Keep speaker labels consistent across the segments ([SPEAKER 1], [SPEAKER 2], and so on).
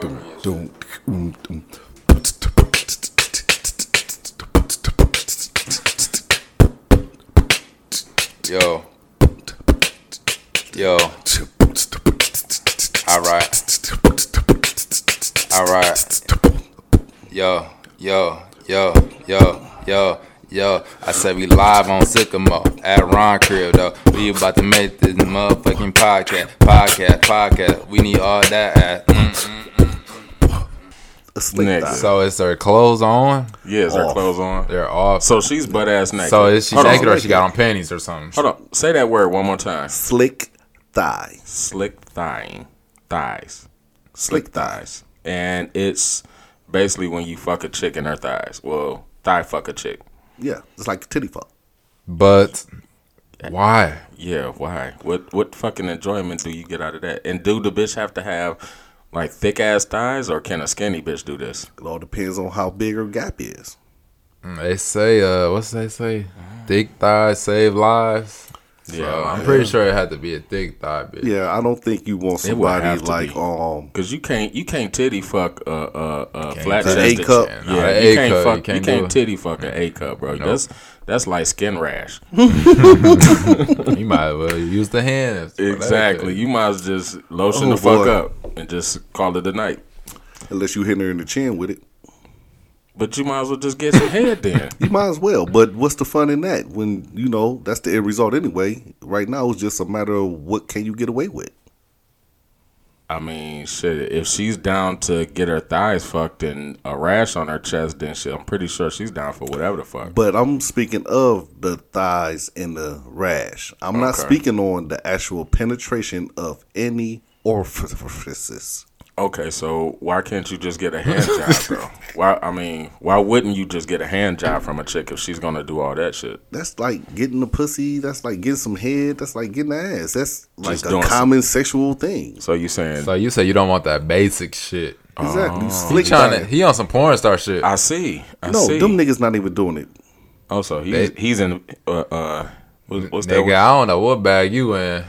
[SPEAKER 1] Dum,
[SPEAKER 2] Oh,
[SPEAKER 1] dum, um, dum.
[SPEAKER 3] Yo. Yo. All right. All right. Yo, yo, yo, yo, yo, yo. I said we live on Sycamore at Ron Crib though. We about to make this motherfucking podcast, podcast, podcast. We need all that. Ass. Mm. Mm-mm.
[SPEAKER 1] It's like
[SPEAKER 2] Nigga.
[SPEAKER 1] that.
[SPEAKER 3] So is her clothes on?
[SPEAKER 2] Yes, her
[SPEAKER 1] Off.
[SPEAKER 2] clothes on.
[SPEAKER 3] They're off. So,
[SPEAKER 2] So she's butt ass naked.
[SPEAKER 3] is she
[SPEAKER 2] Hold on,
[SPEAKER 3] naked or
[SPEAKER 2] hold
[SPEAKER 3] she got on panties or something?
[SPEAKER 2] on. Hold on. Say that word one more time.
[SPEAKER 1] slick thigh.
[SPEAKER 2] Slick thigh. Thighs.
[SPEAKER 1] Slick
[SPEAKER 2] Slick
[SPEAKER 1] thigh.
[SPEAKER 2] thighs. And it's basically when you fuck a chick in her thighs. Well, thigh fuck a chick.
[SPEAKER 1] Yeah, it's like titty fuck.
[SPEAKER 3] But why?
[SPEAKER 2] Yeah, why? What what fucking enjoyment do you get out of that? And do the bitch have to have like thick ass thighs or can a skinny bitch do this?
[SPEAKER 1] It all depends on how big her gap is.
[SPEAKER 3] They say, uh, what's they say? Thick thighs save lives. Yeah,
[SPEAKER 2] Yeah,
[SPEAKER 3] I'm pretty sure it had to be a thick thigh bitch.
[SPEAKER 1] Yeah, I don't think you want
[SPEAKER 2] It would
[SPEAKER 1] somebody
[SPEAKER 2] have to
[SPEAKER 1] like
[SPEAKER 2] be.
[SPEAKER 1] um
[SPEAKER 2] Cause you can't you can't titty fuck a uh, uh, uh, flat
[SPEAKER 1] An
[SPEAKER 2] chested.
[SPEAKER 1] A cup.
[SPEAKER 2] Yeah,
[SPEAKER 3] Nah, an
[SPEAKER 2] you,
[SPEAKER 3] A
[SPEAKER 2] can't
[SPEAKER 3] cup,
[SPEAKER 2] Fuck,
[SPEAKER 3] you
[SPEAKER 2] you
[SPEAKER 3] can't
[SPEAKER 2] can't,
[SPEAKER 3] do it.
[SPEAKER 2] titty fuck an A cup, bro. That's that's like skin rash.
[SPEAKER 3] you might as well use the hands. for that
[SPEAKER 2] Exactly.
[SPEAKER 3] shit.
[SPEAKER 2] You might as just lotion
[SPEAKER 1] Oh,
[SPEAKER 2] the fuck
[SPEAKER 1] boy.
[SPEAKER 2] up and just call it a night.
[SPEAKER 1] unless you hit her in the chin with it.
[SPEAKER 2] But you might as well just get some head then.
[SPEAKER 1] You might as well. But what's the fun in that when you know that's the end result anyway? Right now it's just a matter of what can you get away with.
[SPEAKER 2] I mean, shit. If she's down to get her thighs fucked and a rash on her chest, then shit, I'm pretty sure she's down for whatever the fuck.
[SPEAKER 1] But I'm speaking of the thighs and the rash. I'm not
[SPEAKER 2] Okay.
[SPEAKER 1] speaking on the actual penetration of any orifices.
[SPEAKER 2] Okay, so why can't you just get a hand job, bro? Why? I mean, why wouldn't you just get a hand job from a chick if she's gonna do all that shit?
[SPEAKER 1] That's like getting the pussy. That's like getting some head. That's like getting the ass. That's like
[SPEAKER 2] Just
[SPEAKER 1] a
[SPEAKER 2] doing some-
[SPEAKER 1] common sexual thing.
[SPEAKER 2] So you saying?
[SPEAKER 3] So you say you don't want that basic shit.
[SPEAKER 1] Exactly.
[SPEAKER 3] He
[SPEAKER 2] Oh.
[SPEAKER 1] Slick
[SPEAKER 3] trying to,
[SPEAKER 1] thigh.
[SPEAKER 3] he on some porn star shit.
[SPEAKER 2] I see. I
[SPEAKER 1] No,
[SPEAKER 2] see. Oh,
[SPEAKER 1] them niggas not even doing it.
[SPEAKER 2] also, he's
[SPEAKER 3] They-
[SPEAKER 2] he's in. Uh, uh what- what's that?
[SPEAKER 3] Nigga,
[SPEAKER 2] word?
[SPEAKER 3] I don't know what bag you in.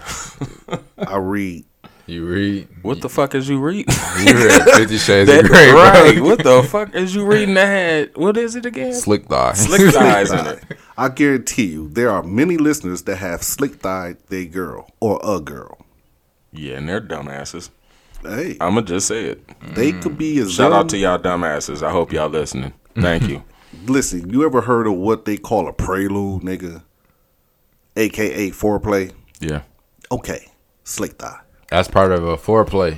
[SPEAKER 1] I read.
[SPEAKER 3] You read.
[SPEAKER 2] What the fuck is you read?
[SPEAKER 3] You read Fifty Shades
[SPEAKER 2] That-
[SPEAKER 3] of Grey, bro.
[SPEAKER 2] right. What the fuck is you reading that had? What is it again?
[SPEAKER 3] Slick thigh.
[SPEAKER 2] Slick thighs in it.
[SPEAKER 1] I guarantee you, there are many listeners that have slick thighed they girl or a girl.
[SPEAKER 2] Yeah, and they're dumbasses.
[SPEAKER 1] Hey,
[SPEAKER 2] I'ma just say it.
[SPEAKER 1] they could be as
[SPEAKER 2] Mm. Shout
[SPEAKER 1] dumb.
[SPEAKER 2] out to y'all dumbasses. I hope y'all listening. Thank you.
[SPEAKER 1] Listen, you ever heard of what they call a prelude, nigga? AKA foreplay.
[SPEAKER 2] Yeah.
[SPEAKER 1] Okay, slick thigh.
[SPEAKER 3] That's part of a foreplay.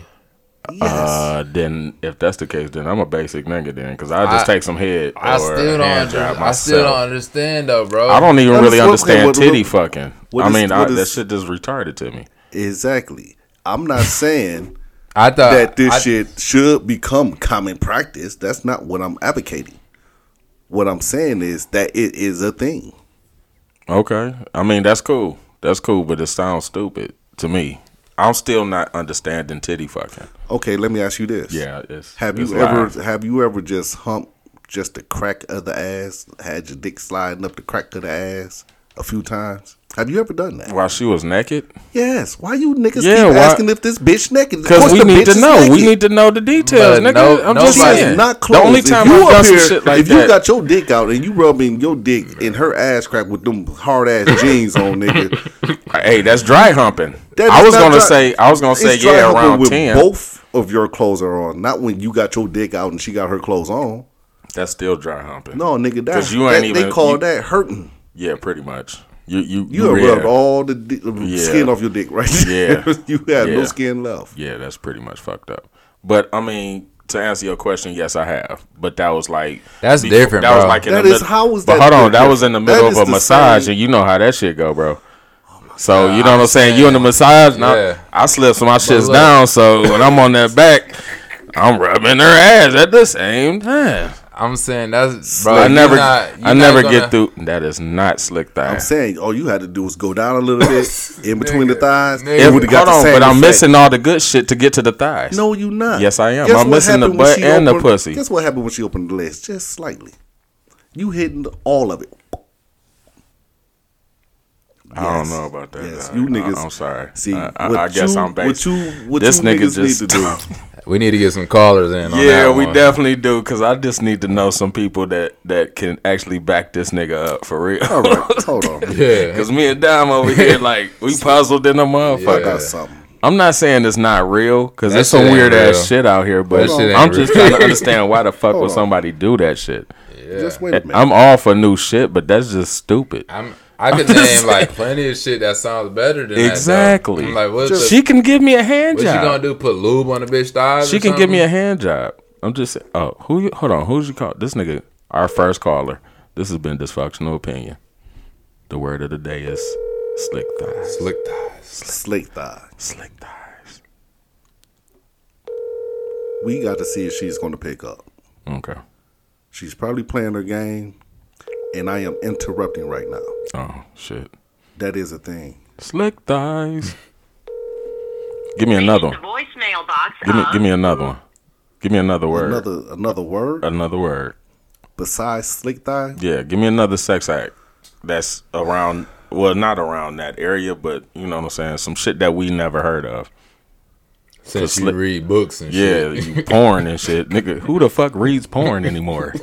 [SPEAKER 1] Yes.
[SPEAKER 2] Uh, then if that's the case, then I'm a basic nigga then, because I just
[SPEAKER 3] I-
[SPEAKER 2] take some head or
[SPEAKER 3] I still
[SPEAKER 2] a
[SPEAKER 3] don't.
[SPEAKER 2] hand job
[SPEAKER 3] Under, I still don't
[SPEAKER 2] myself.
[SPEAKER 3] understand though, bro.
[SPEAKER 2] I don't even
[SPEAKER 1] That is
[SPEAKER 2] really
[SPEAKER 1] what- okay,
[SPEAKER 2] understand
[SPEAKER 1] what-
[SPEAKER 2] titty
[SPEAKER 1] what-
[SPEAKER 2] fucking.
[SPEAKER 1] what
[SPEAKER 2] I
[SPEAKER 1] is-
[SPEAKER 2] mean, I,
[SPEAKER 1] what
[SPEAKER 2] that
[SPEAKER 1] is-
[SPEAKER 2] shit just retarded to me.
[SPEAKER 1] exactly. I'm not saying
[SPEAKER 3] I thought
[SPEAKER 1] that this
[SPEAKER 3] Uh, I-
[SPEAKER 1] shit should become common practice. That's not what I'm advocating. What I'm saying is that it is a thing.
[SPEAKER 2] Okay, I mean that's cool. That's cool, but it sounds stupid to me. I'm still not understanding titty fucking.
[SPEAKER 1] Okay, let me ask you this.
[SPEAKER 2] Yeah, it's
[SPEAKER 1] Have
[SPEAKER 2] it's
[SPEAKER 1] you ever
[SPEAKER 2] live.
[SPEAKER 1] have you ever just humped just the crack of the ass? Had your dick sliding up the crack of the ass a few times? Have you ever done that?
[SPEAKER 2] while she was naked?
[SPEAKER 1] Yes. Why you niggas
[SPEAKER 2] Yeah,
[SPEAKER 1] keep
[SPEAKER 2] why-
[SPEAKER 1] asking if this bitch naked? Of
[SPEAKER 2] Because
[SPEAKER 1] course
[SPEAKER 2] we
[SPEAKER 1] the
[SPEAKER 2] need
[SPEAKER 1] bitch
[SPEAKER 2] to
[SPEAKER 1] is
[SPEAKER 2] know. We
[SPEAKER 1] naked.
[SPEAKER 2] need to know the details,
[SPEAKER 3] But
[SPEAKER 2] nigga.
[SPEAKER 3] no-
[SPEAKER 2] I'm
[SPEAKER 3] nobody-
[SPEAKER 2] just
[SPEAKER 1] She is
[SPEAKER 2] saying.
[SPEAKER 1] not close.
[SPEAKER 2] The only
[SPEAKER 1] If
[SPEAKER 2] time
[SPEAKER 1] you
[SPEAKER 2] I've
[SPEAKER 1] up
[SPEAKER 2] done some
[SPEAKER 1] here-
[SPEAKER 2] shit like
[SPEAKER 1] if
[SPEAKER 2] that.
[SPEAKER 1] you got your dick out and you rubbing your dick in her ass crack with them hard ass jeans on, nigga,
[SPEAKER 2] Hey, that's dry humping.
[SPEAKER 1] That
[SPEAKER 2] I
[SPEAKER 1] is
[SPEAKER 2] was
[SPEAKER 1] not
[SPEAKER 2] gonna
[SPEAKER 1] dry-
[SPEAKER 2] say I was gonna say
[SPEAKER 1] it's dry
[SPEAKER 2] yeah
[SPEAKER 1] humping
[SPEAKER 2] around
[SPEAKER 1] when
[SPEAKER 2] ten.
[SPEAKER 1] Both of your clothes are on, not when you got your dick out and she got her clothes on.
[SPEAKER 2] That's still dry humping.
[SPEAKER 1] No, nigga, that's
[SPEAKER 2] 'Cause you ain't
[SPEAKER 1] that, they
[SPEAKER 2] even-
[SPEAKER 1] call
[SPEAKER 2] you-
[SPEAKER 1] that hurting.
[SPEAKER 2] Yeah, pretty much. You you
[SPEAKER 1] You have
[SPEAKER 2] yeah.
[SPEAKER 1] rubbed all the di- uh, skin off your dick right there.
[SPEAKER 2] Yeah.
[SPEAKER 1] you have no
[SPEAKER 2] Yeah.
[SPEAKER 1] skin left.
[SPEAKER 2] Yeah, that's pretty much fucked up. But I mean, to answer your question, yes, I have. But that was like
[SPEAKER 3] That's
[SPEAKER 2] befo-
[SPEAKER 3] different,
[SPEAKER 2] That was
[SPEAKER 3] bro.
[SPEAKER 2] like in
[SPEAKER 1] That
[SPEAKER 2] the
[SPEAKER 1] is-
[SPEAKER 2] middle,
[SPEAKER 1] how is
[SPEAKER 2] But
[SPEAKER 1] that
[SPEAKER 2] hold on, that
[SPEAKER 1] different?
[SPEAKER 2] was in the
[SPEAKER 1] That
[SPEAKER 2] middle
[SPEAKER 1] is
[SPEAKER 2] of a
[SPEAKER 1] the
[SPEAKER 2] massage,
[SPEAKER 1] same- Oh
[SPEAKER 2] and you know how that shit go, bro. So you know what I'm saying? You in the
[SPEAKER 3] understand.
[SPEAKER 2] massage now?
[SPEAKER 3] Yeah.
[SPEAKER 2] I slip some of my shits
[SPEAKER 3] look.
[SPEAKER 2] down, so when I'm on that back, I'm rubbing her ass at the same time.
[SPEAKER 3] I'm saying that's bro.
[SPEAKER 2] I
[SPEAKER 3] you
[SPEAKER 2] never,
[SPEAKER 3] not- you
[SPEAKER 2] I
[SPEAKER 3] not
[SPEAKER 2] never
[SPEAKER 3] gonna-
[SPEAKER 2] get through. That is not slick thigh.
[SPEAKER 1] I'm saying all you had to do was go down a little bit in between the thighs.
[SPEAKER 3] Nigga.
[SPEAKER 1] it
[SPEAKER 2] If-
[SPEAKER 1] would
[SPEAKER 2] hold
[SPEAKER 1] have got the
[SPEAKER 2] on,
[SPEAKER 1] same
[SPEAKER 2] but I'm
[SPEAKER 1] effect.
[SPEAKER 2] missing all the good shit to get to the thighs.
[SPEAKER 1] No, you not.
[SPEAKER 2] Yes, I am.
[SPEAKER 1] Guess
[SPEAKER 2] I'm
[SPEAKER 1] what
[SPEAKER 2] missing the
[SPEAKER 1] happened when
[SPEAKER 2] butt
[SPEAKER 1] she
[SPEAKER 2] and the
[SPEAKER 1] opened-
[SPEAKER 2] pussy.
[SPEAKER 1] Guess what happened when she opened the legs? Just
[SPEAKER 2] Uh,
[SPEAKER 1] slightly. You hitting all of it.
[SPEAKER 2] I don't know about that.
[SPEAKER 1] Yes,
[SPEAKER 2] dog.
[SPEAKER 1] you
[SPEAKER 2] I-
[SPEAKER 1] niggas-
[SPEAKER 2] uh, I'm sorry.
[SPEAKER 1] See,
[SPEAKER 2] I, I,
[SPEAKER 1] what
[SPEAKER 2] I guess
[SPEAKER 1] you-
[SPEAKER 2] I'm based.
[SPEAKER 1] what you- what
[SPEAKER 2] this
[SPEAKER 1] you
[SPEAKER 2] nigga
[SPEAKER 1] niggas
[SPEAKER 2] just
[SPEAKER 1] need to do.
[SPEAKER 3] We need to get some callers in. On
[SPEAKER 2] Yeah,
[SPEAKER 3] that
[SPEAKER 2] we
[SPEAKER 3] one.
[SPEAKER 2] definitely do because I just need to know some people that that can actually back this nigga up for real.
[SPEAKER 1] All right, hold on.
[SPEAKER 3] Yeah,
[SPEAKER 2] Because me and Dom over here, like, we puzzled in a
[SPEAKER 1] I
[SPEAKER 2] motherfucker.
[SPEAKER 1] got something.
[SPEAKER 2] I'm not saying it's not real because
[SPEAKER 3] That
[SPEAKER 2] there's some
[SPEAKER 3] shit ain't
[SPEAKER 2] weird ass
[SPEAKER 3] real.
[SPEAKER 2] shit out here, but
[SPEAKER 3] That shit ain't
[SPEAKER 2] I'm just
[SPEAKER 3] real.
[SPEAKER 2] trying to understand why the fuck
[SPEAKER 1] Hold
[SPEAKER 2] would
[SPEAKER 1] on.
[SPEAKER 2] somebody do that shit.
[SPEAKER 1] Just wait a minute.
[SPEAKER 2] I'm all for new shit, but that's just stupid.
[SPEAKER 3] I'm. I could
[SPEAKER 2] just
[SPEAKER 3] name like
[SPEAKER 2] saying.
[SPEAKER 3] plenty of shit that sounds better than
[SPEAKER 2] Exactly.
[SPEAKER 3] That, though. I'm like, what the,
[SPEAKER 2] she can give me a hand
[SPEAKER 3] what you gonna
[SPEAKER 2] job.
[SPEAKER 3] do? Put lube on the bitch thighs?
[SPEAKER 2] She
[SPEAKER 3] or
[SPEAKER 2] can give
[SPEAKER 3] something?
[SPEAKER 2] me a hand job. I'm just saying. Oh, who? You, hold on. Who's you call? This nigga, our first caller. This has been dysfunctional opinion. The word of the day is slick thighs.
[SPEAKER 3] slick thighs.
[SPEAKER 1] Slick thigh.
[SPEAKER 2] Slick thighs.
[SPEAKER 1] We got to see if she's going to pick up.
[SPEAKER 2] Okay.
[SPEAKER 1] She's probably playing her game, and I am interrupting right now.
[SPEAKER 2] Oh shit.
[SPEAKER 1] That is a thing.
[SPEAKER 2] Slick thighs. give me another one.
[SPEAKER 4] The voicemail box uh-huh.
[SPEAKER 2] Give me,
[SPEAKER 4] of
[SPEAKER 2] give me another one. Give me another word. Another,
[SPEAKER 1] Another another word
[SPEAKER 2] word.
[SPEAKER 1] besides slick thigh.
[SPEAKER 2] Yeah, give me another sex act that's around. Well, not around that area, but you know what I'm saying. Some shit that we never heard of.
[SPEAKER 3] Since
[SPEAKER 2] slick-
[SPEAKER 3] you read books and
[SPEAKER 2] Yeah,
[SPEAKER 3] shit.
[SPEAKER 2] you porn and shit, nigga. Who the fuck reads porn anymore?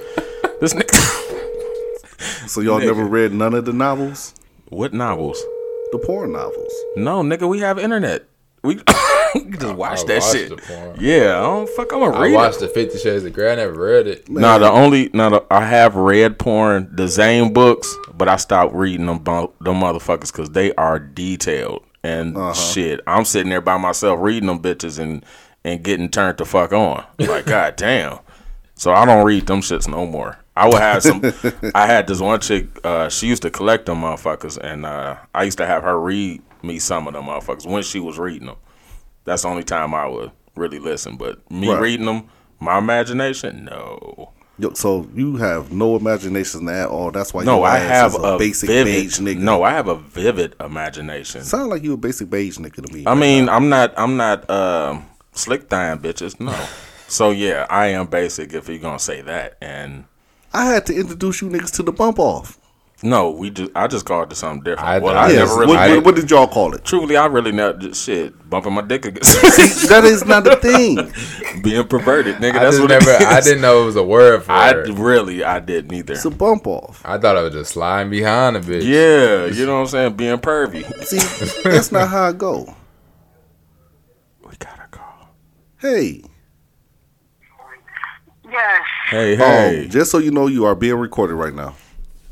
[SPEAKER 2] this nigga.
[SPEAKER 1] So y'all never read none of the novels,
[SPEAKER 2] What novels?
[SPEAKER 1] the porn novels.
[SPEAKER 2] No, nigga. We have internet. We you can just watch that
[SPEAKER 3] watched
[SPEAKER 2] shit.
[SPEAKER 3] the porn.
[SPEAKER 2] Yeah, I don't fuck. I'm gonna
[SPEAKER 3] I
[SPEAKER 2] read. it.
[SPEAKER 3] watched the Fifty Shades of Grey. I never read it.
[SPEAKER 2] No, the only no, the, I have read porn, the Zane books, but I stopped reading them bo- them motherfuckers because they are detailed and
[SPEAKER 3] Uh-huh.
[SPEAKER 2] shit. I'm sitting there by myself reading them bitches and and getting turned the fuck on. Like god damn. So I don't read them shits no more. I would have some. I had this one chick. Uh, she used to collect them motherfuckers, and uh, I used to have her read me some of them motherfuckers when she was reading them. That's the only time I would really listen. But me
[SPEAKER 1] Right.
[SPEAKER 2] reading them, my imagination, no.
[SPEAKER 1] Yo, So you have no imagination at all. That's why
[SPEAKER 2] No,
[SPEAKER 1] your
[SPEAKER 2] I
[SPEAKER 1] ass
[SPEAKER 2] have
[SPEAKER 1] is
[SPEAKER 2] a,
[SPEAKER 1] basic
[SPEAKER 2] vivid,
[SPEAKER 1] beige nigga.
[SPEAKER 2] No, I have a vivid imagination.
[SPEAKER 1] sound like you a basic beige nigga to me.
[SPEAKER 2] I mean, I'm not, I'm not um, slick dying bitches. No. so yeah, I am basic if you're gonna say that. And
[SPEAKER 1] I had to introduce you niggas to the bump off.
[SPEAKER 2] no, we just, I just called it something different.
[SPEAKER 3] I-
[SPEAKER 2] well,
[SPEAKER 3] I
[SPEAKER 2] I,
[SPEAKER 1] Yes.
[SPEAKER 2] never really.
[SPEAKER 1] what,
[SPEAKER 3] I-
[SPEAKER 1] what, what did y'all call it?
[SPEAKER 2] Truly, I really never just shit bumping my dick against
[SPEAKER 1] That is not a thing.
[SPEAKER 2] being perverted, nigga.
[SPEAKER 3] I
[SPEAKER 2] that's
[SPEAKER 3] just
[SPEAKER 2] what
[SPEAKER 3] never.
[SPEAKER 2] It is.
[SPEAKER 3] I didn't know it was a word for
[SPEAKER 2] I
[SPEAKER 3] it.
[SPEAKER 2] really, I didn't either.
[SPEAKER 1] It's a bump off.
[SPEAKER 3] I thought I was just sliding behind a bitch.
[SPEAKER 2] Yeah, you know what I'm saying. Being pervy.
[SPEAKER 1] See, that's not how I go.
[SPEAKER 2] We gotta call.
[SPEAKER 1] Hey,
[SPEAKER 4] yes.
[SPEAKER 1] hey.
[SPEAKER 2] Hey, hey.
[SPEAKER 1] Um, just so you know, you are being recorded right now.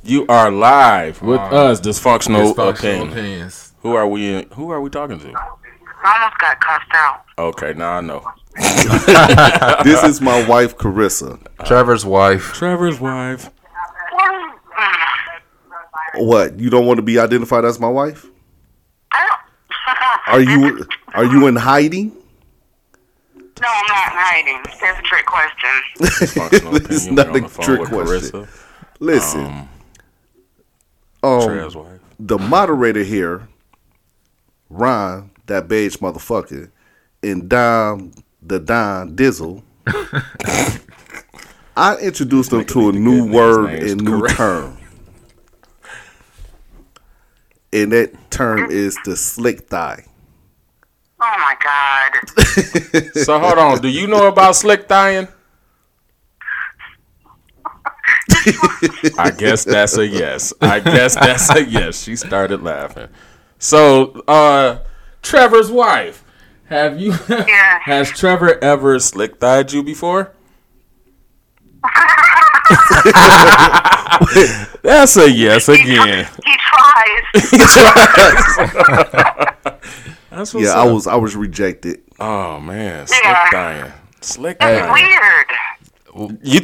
[SPEAKER 2] You are live with us, dysfunctional,
[SPEAKER 3] Dysfunctional
[SPEAKER 2] opinion.
[SPEAKER 3] opinions.
[SPEAKER 2] Who are we? In, who are we talking to?
[SPEAKER 4] I almost got cussed out.
[SPEAKER 2] Okay, now I know.
[SPEAKER 1] This is my wife, Carissa.
[SPEAKER 3] Trevor's wife.
[SPEAKER 2] Uh, Trevor's wife.
[SPEAKER 1] What? You don't want to be identified as my wife?
[SPEAKER 4] I don't.
[SPEAKER 1] Are you are you in hiding?
[SPEAKER 4] No, I'm not hiding. That's a trick question.
[SPEAKER 2] Dysfunctional
[SPEAKER 1] This is
[SPEAKER 2] opinion.
[SPEAKER 1] not
[SPEAKER 2] We're on
[SPEAKER 1] a
[SPEAKER 2] the phone
[SPEAKER 1] trick
[SPEAKER 2] with
[SPEAKER 1] question.
[SPEAKER 2] Carissa.
[SPEAKER 1] Listen, um, Oh.
[SPEAKER 2] Trev's wife.
[SPEAKER 1] the moderator here, Ron, that beige motherfucker, and Dom, the Don Dizzle. I introduced them to a new
[SPEAKER 2] niggas'
[SPEAKER 1] word
[SPEAKER 2] names
[SPEAKER 1] and new
[SPEAKER 2] correct.
[SPEAKER 1] term. And that term is the slick thigh.
[SPEAKER 4] Oh my god.
[SPEAKER 2] So hold on. Do you know about slick dying? I guess that's a yes. I guess that's a yes. She started laughing. So, uh, Trevor's wife. Have you?
[SPEAKER 4] Yeah.
[SPEAKER 2] Has Trevor ever slick thigh'd you before? That's a yes again.
[SPEAKER 4] He tries.
[SPEAKER 2] That's what's
[SPEAKER 1] Yeah,
[SPEAKER 2] up.
[SPEAKER 1] I was I was rejected.
[SPEAKER 2] Oh man, slick
[SPEAKER 4] Yeah.
[SPEAKER 2] dying, slick
[SPEAKER 4] That's
[SPEAKER 2] dying.
[SPEAKER 4] weird.
[SPEAKER 2] You,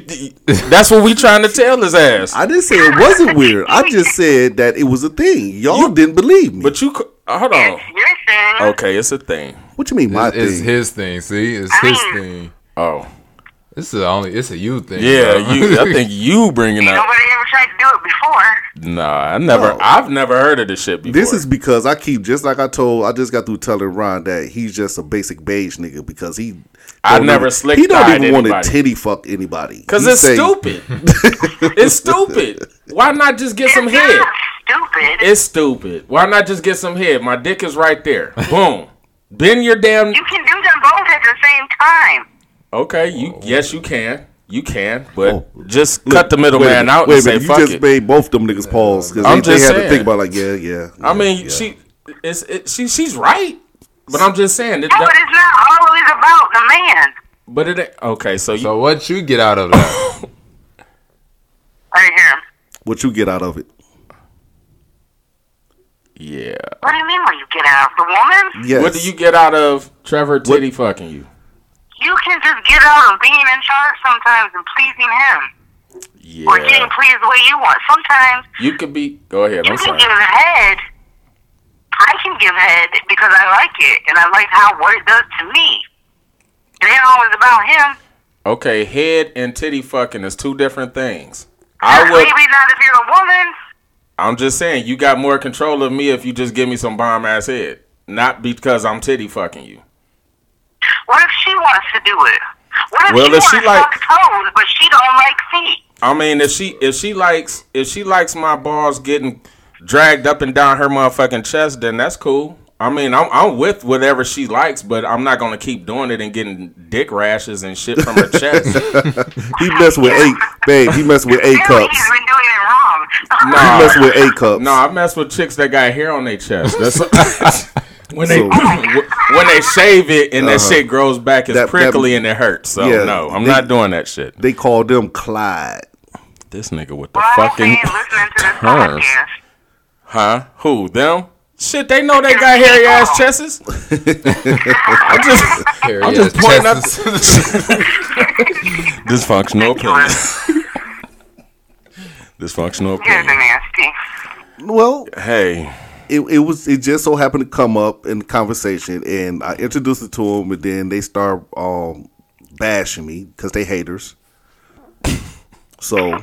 [SPEAKER 2] that's what we trying to tell his ass.
[SPEAKER 1] I didn't say it wasn't weird. I just said that it was a thing. Y'all didn't believe me.
[SPEAKER 2] but you c- uh, hold on.
[SPEAKER 4] It's your thing.
[SPEAKER 2] Oh. Okay, it's a thing.
[SPEAKER 1] what you mean my
[SPEAKER 3] It's, it's
[SPEAKER 1] thing?
[SPEAKER 3] his thing. See, it's his thing.
[SPEAKER 2] Oh
[SPEAKER 3] This is only. It's a you thing.
[SPEAKER 2] yeah,
[SPEAKER 3] bro.
[SPEAKER 2] you. I think you bringing up.
[SPEAKER 4] Nobody ever tried to do it before.
[SPEAKER 2] Nah, I never.
[SPEAKER 1] No.
[SPEAKER 2] I've never heard of this shit before.
[SPEAKER 1] This is because I keep just like I told. I just got through telling Ron that he's just a basic beige nigga because he.
[SPEAKER 2] I
[SPEAKER 1] don't
[SPEAKER 2] never
[SPEAKER 1] even-
[SPEAKER 2] slick
[SPEAKER 1] He don't
[SPEAKER 2] thigh'd
[SPEAKER 1] even want
[SPEAKER 2] anybody.
[SPEAKER 1] to titty fuck anybody
[SPEAKER 2] because
[SPEAKER 1] He
[SPEAKER 2] it's
[SPEAKER 1] say-
[SPEAKER 2] stupid. it's stupid. Why not just get some
[SPEAKER 4] It's
[SPEAKER 2] head?
[SPEAKER 4] not. stupid.
[SPEAKER 2] It's stupid. Why not just get some head? My dick is right there. Boom. Bend your damn.
[SPEAKER 4] you can do them both at the same time.
[SPEAKER 2] Okay,
[SPEAKER 1] Oh.
[SPEAKER 2] you. Yes, you can. You can, but just cut the middleman out
[SPEAKER 1] Wait
[SPEAKER 2] and
[SPEAKER 1] a minute,
[SPEAKER 2] say
[SPEAKER 1] you
[SPEAKER 2] fuck
[SPEAKER 1] just
[SPEAKER 2] it.
[SPEAKER 1] made both them niggas pause because they,
[SPEAKER 2] I'm
[SPEAKER 1] they
[SPEAKER 2] just
[SPEAKER 1] had to
[SPEAKER 2] saying.
[SPEAKER 1] think about like, yeah, yeah.
[SPEAKER 2] I mean,
[SPEAKER 1] yeah.
[SPEAKER 2] she. It's it, she. She's right, but I'm just saying. That,
[SPEAKER 4] No, but
[SPEAKER 2] that,
[SPEAKER 4] it's not always about the man.
[SPEAKER 2] but it. ain't- Okay, so you.
[SPEAKER 3] So what you get out of that?
[SPEAKER 4] Right here.
[SPEAKER 1] what you get out of it?
[SPEAKER 2] yeah.
[SPEAKER 4] What do you mean when you get out? The woman?
[SPEAKER 1] Yes.
[SPEAKER 2] What do you get out of Trevor titty fucking you?
[SPEAKER 4] You can just get out of being in charge sometimes and pleasing him. Or
[SPEAKER 2] Yeah.
[SPEAKER 4] getting pleased the way you want. Sometimes
[SPEAKER 2] You could be. Go ahead.
[SPEAKER 4] you
[SPEAKER 2] I'm
[SPEAKER 4] can
[SPEAKER 2] sorry.
[SPEAKER 4] give head. I can give head because I like it and I like how what it does to me. It ain't always about him.
[SPEAKER 2] Okay, head and titty fucking is two different things. I would.
[SPEAKER 4] Maybe not if you're a woman.
[SPEAKER 2] I'm just saying, you got more control of me if you just give me some bomb ass head, not because I'm titty fucking you.
[SPEAKER 4] What if she wants to do it? What if
[SPEAKER 2] Well,
[SPEAKER 4] she
[SPEAKER 2] if
[SPEAKER 4] wants
[SPEAKER 2] she
[SPEAKER 4] to
[SPEAKER 2] like-
[SPEAKER 4] suck toes but she don't like feet?
[SPEAKER 2] I mean, if she if she likes if she likes my balls getting dragged up and down her motherfucking chest, then that's cool. I mean, I'm I'm with whatever she likes, but I'm not gonna keep doing it and getting dick rashes and shit from her chest.
[SPEAKER 1] He messed with eight, babe. He messed with eight
[SPEAKER 4] Clearly
[SPEAKER 1] cups.
[SPEAKER 4] he's been doing it wrong.
[SPEAKER 2] No,
[SPEAKER 1] He messed with eight cups.
[SPEAKER 2] No, I mess with chicks that got hair on their chest. That's when they
[SPEAKER 1] So-
[SPEAKER 2] when they shave it and that shit grows back, it's
[SPEAKER 1] Uh-huh. That- that-
[SPEAKER 2] prickly and it hurts. So
[SPEAKER 1] Yeah,
[SPEAKER 2] no, I'm
[SPEAKER 1] they-
[SPEAKER 2] not doing that shit.
[SPEAKER 1] They called them Clyde.
[SPEAKER 2] This nigga with the
[SPEAKER 4] Well, I hope they
[SPEAKER 2] fucking
[SPEAKER 4] ain't listening to this
[SPEAKER 2] terms.
[SPEAKER 4] podcast.
[SPEAKER 2] huh? Who them? Shit, they know they got hairy ass chests. I'm just I'm just pointing out dysfunctional opinion. dysfunctional
[SPEAKER 4] You're the
[SPEAKER 2] opinion.
[SPEAKER 4] nasty.
[SPEAKER 1] Well,
[SPEAKER 2] Hey,
[SPEAKER 1] it, it was it just so happened to come up in conversation, and I introduced it to them, and then they start um, bashing me because they haters. So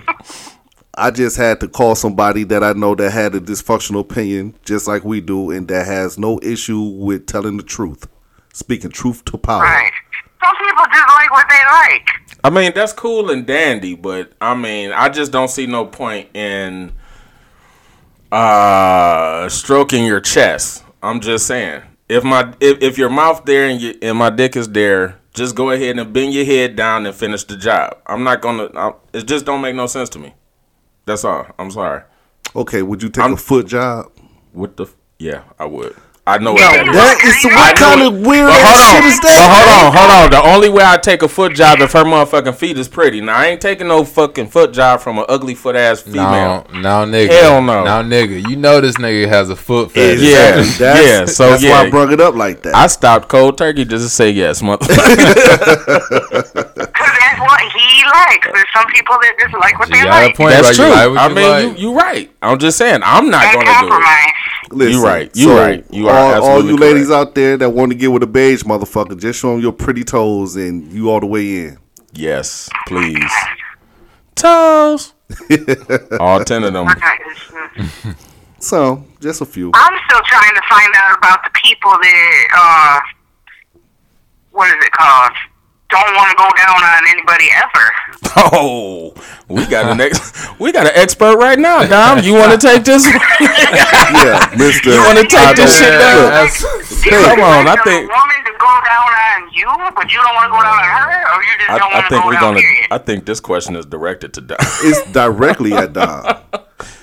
[SPEAKER 1] I just had to call somebody that I know that had a dysfunctional opinion, just like we do, and that has no issue with telling the truth, speaking truth to power.
[SPEAKER 4] Right. Some people just like what they like.
[SPEAKER 2] I mean that's cool and dandy, but I mean I just don't see no point in uh stroking your chest. I'm just saying. If my if, if your mouth there and you, and my dick is there, just go ahead and bend your head down and finish the job. I'm not gonna. i it just don't make no sense to me. That's all. I'm sorry.
[SPEAKER 1] Okay, would you take a foot job?
[SPEAKER 2] What the? f- Yeah, I would. I know
[SPEAKER 4] No,
[SPEAKER 2] what that is.
[SPEAKER 4] that is- what
[SPEAKER 2] kind of
[SPEAKER 1] weird
[SPEAKER 2] But hold on, but hold on, hold on. The only way I take a foot job if her motherfucking feet is pretty. Now I ain't taking no fucking foot job from an ugly foot ass
[SPEAKER 3] No,
[SPEAKER 2] female.
[SPEAKER 3] no, nigga.
[SPEAKER 2] Hell no.
[SPEAKER 3] No, nigga. You know this nigga has a foot fetish.
[SPEAKER 1] Exactly.
[SPEAKER 2] Yeah,
[SPEAKER 1] that's,
[SPEAKER 2] yeah, so
[SPEAKER 1] that's why
[SPEAKER 2] yeah.
[SPEAKER 1] I brought it up like that.
[SPEAKER 2] I stopped cold turkey just to say yes, motherfucker.
[SPEAKER 4] Because that's what he likes. There's some people that just like what they
[SPEAKER 3] You got a
[SPEAKER 4] like.
[SPEAKER 3] point.
[SPEAKER 2] That's
[SPEAKER 3] Like, you
[SPEAKER 2] true.
[SPEAKER 3] like what
[SPEAKER 2] I
[SPEAKER 3] you
[SPEAKER 2] mean,
[SPEAKER 3] like.
[SPEAKER 2] you you right. I'm just saying, I'm not
[SPEAKER 4] And
[SPEAKER 2] gonna do it.
[SPEAKER 4] compromise.
[SPEAKER 1] Listen,
[SPEAKER 2] You right, you right, you are
[SPEAKER 1] all, all
[SPEAKER 2] absolutely
[SPEAKER 1] you ladies out there that want to get with a beige motherfucker, just show them your pretty toes and you all the way in.
[SPEAKER 2] Yes, please. Toes. All ten of them.
[SPEAKER 1] So just a few.
[SPEAKER 4] I'm still trying to find out about the people that, uh, what is it called? Don't want to go down on anybody ever.
[SPEAKER 2] Oh, we got an ex- we got an expert right now, Dom. You want to take this?
[SPEAKER 1] yeah, Mister.
[SPEAKER 2] You wanna take this shit down?
[SPEAKER 4] You
[SPEAKER 1] Come
[SPEAKER 4] expect
[SPEAKER 2] on, I
[SPEAKER 4] a
[SPEAKER 2] think-
[SPEAKER 4] woman to go down on you, but you don't want to go down on her, or you just
[SPEAKER 2] I,
[SPEAKER 4] don't want
[SPEAKER 2] I
[SPEAKER 4] to
[SPEAKER 2] think
[SPEAKER 4] go
[SPEAKER 2] we're
[SPEAKER 4] down.
[SPEAKER 2] gonna.
[SPEAKER 4] period.
[SPEAKER 2] I think this question is directed to Dom.
[SPEAKER 1] It's directly at Dom.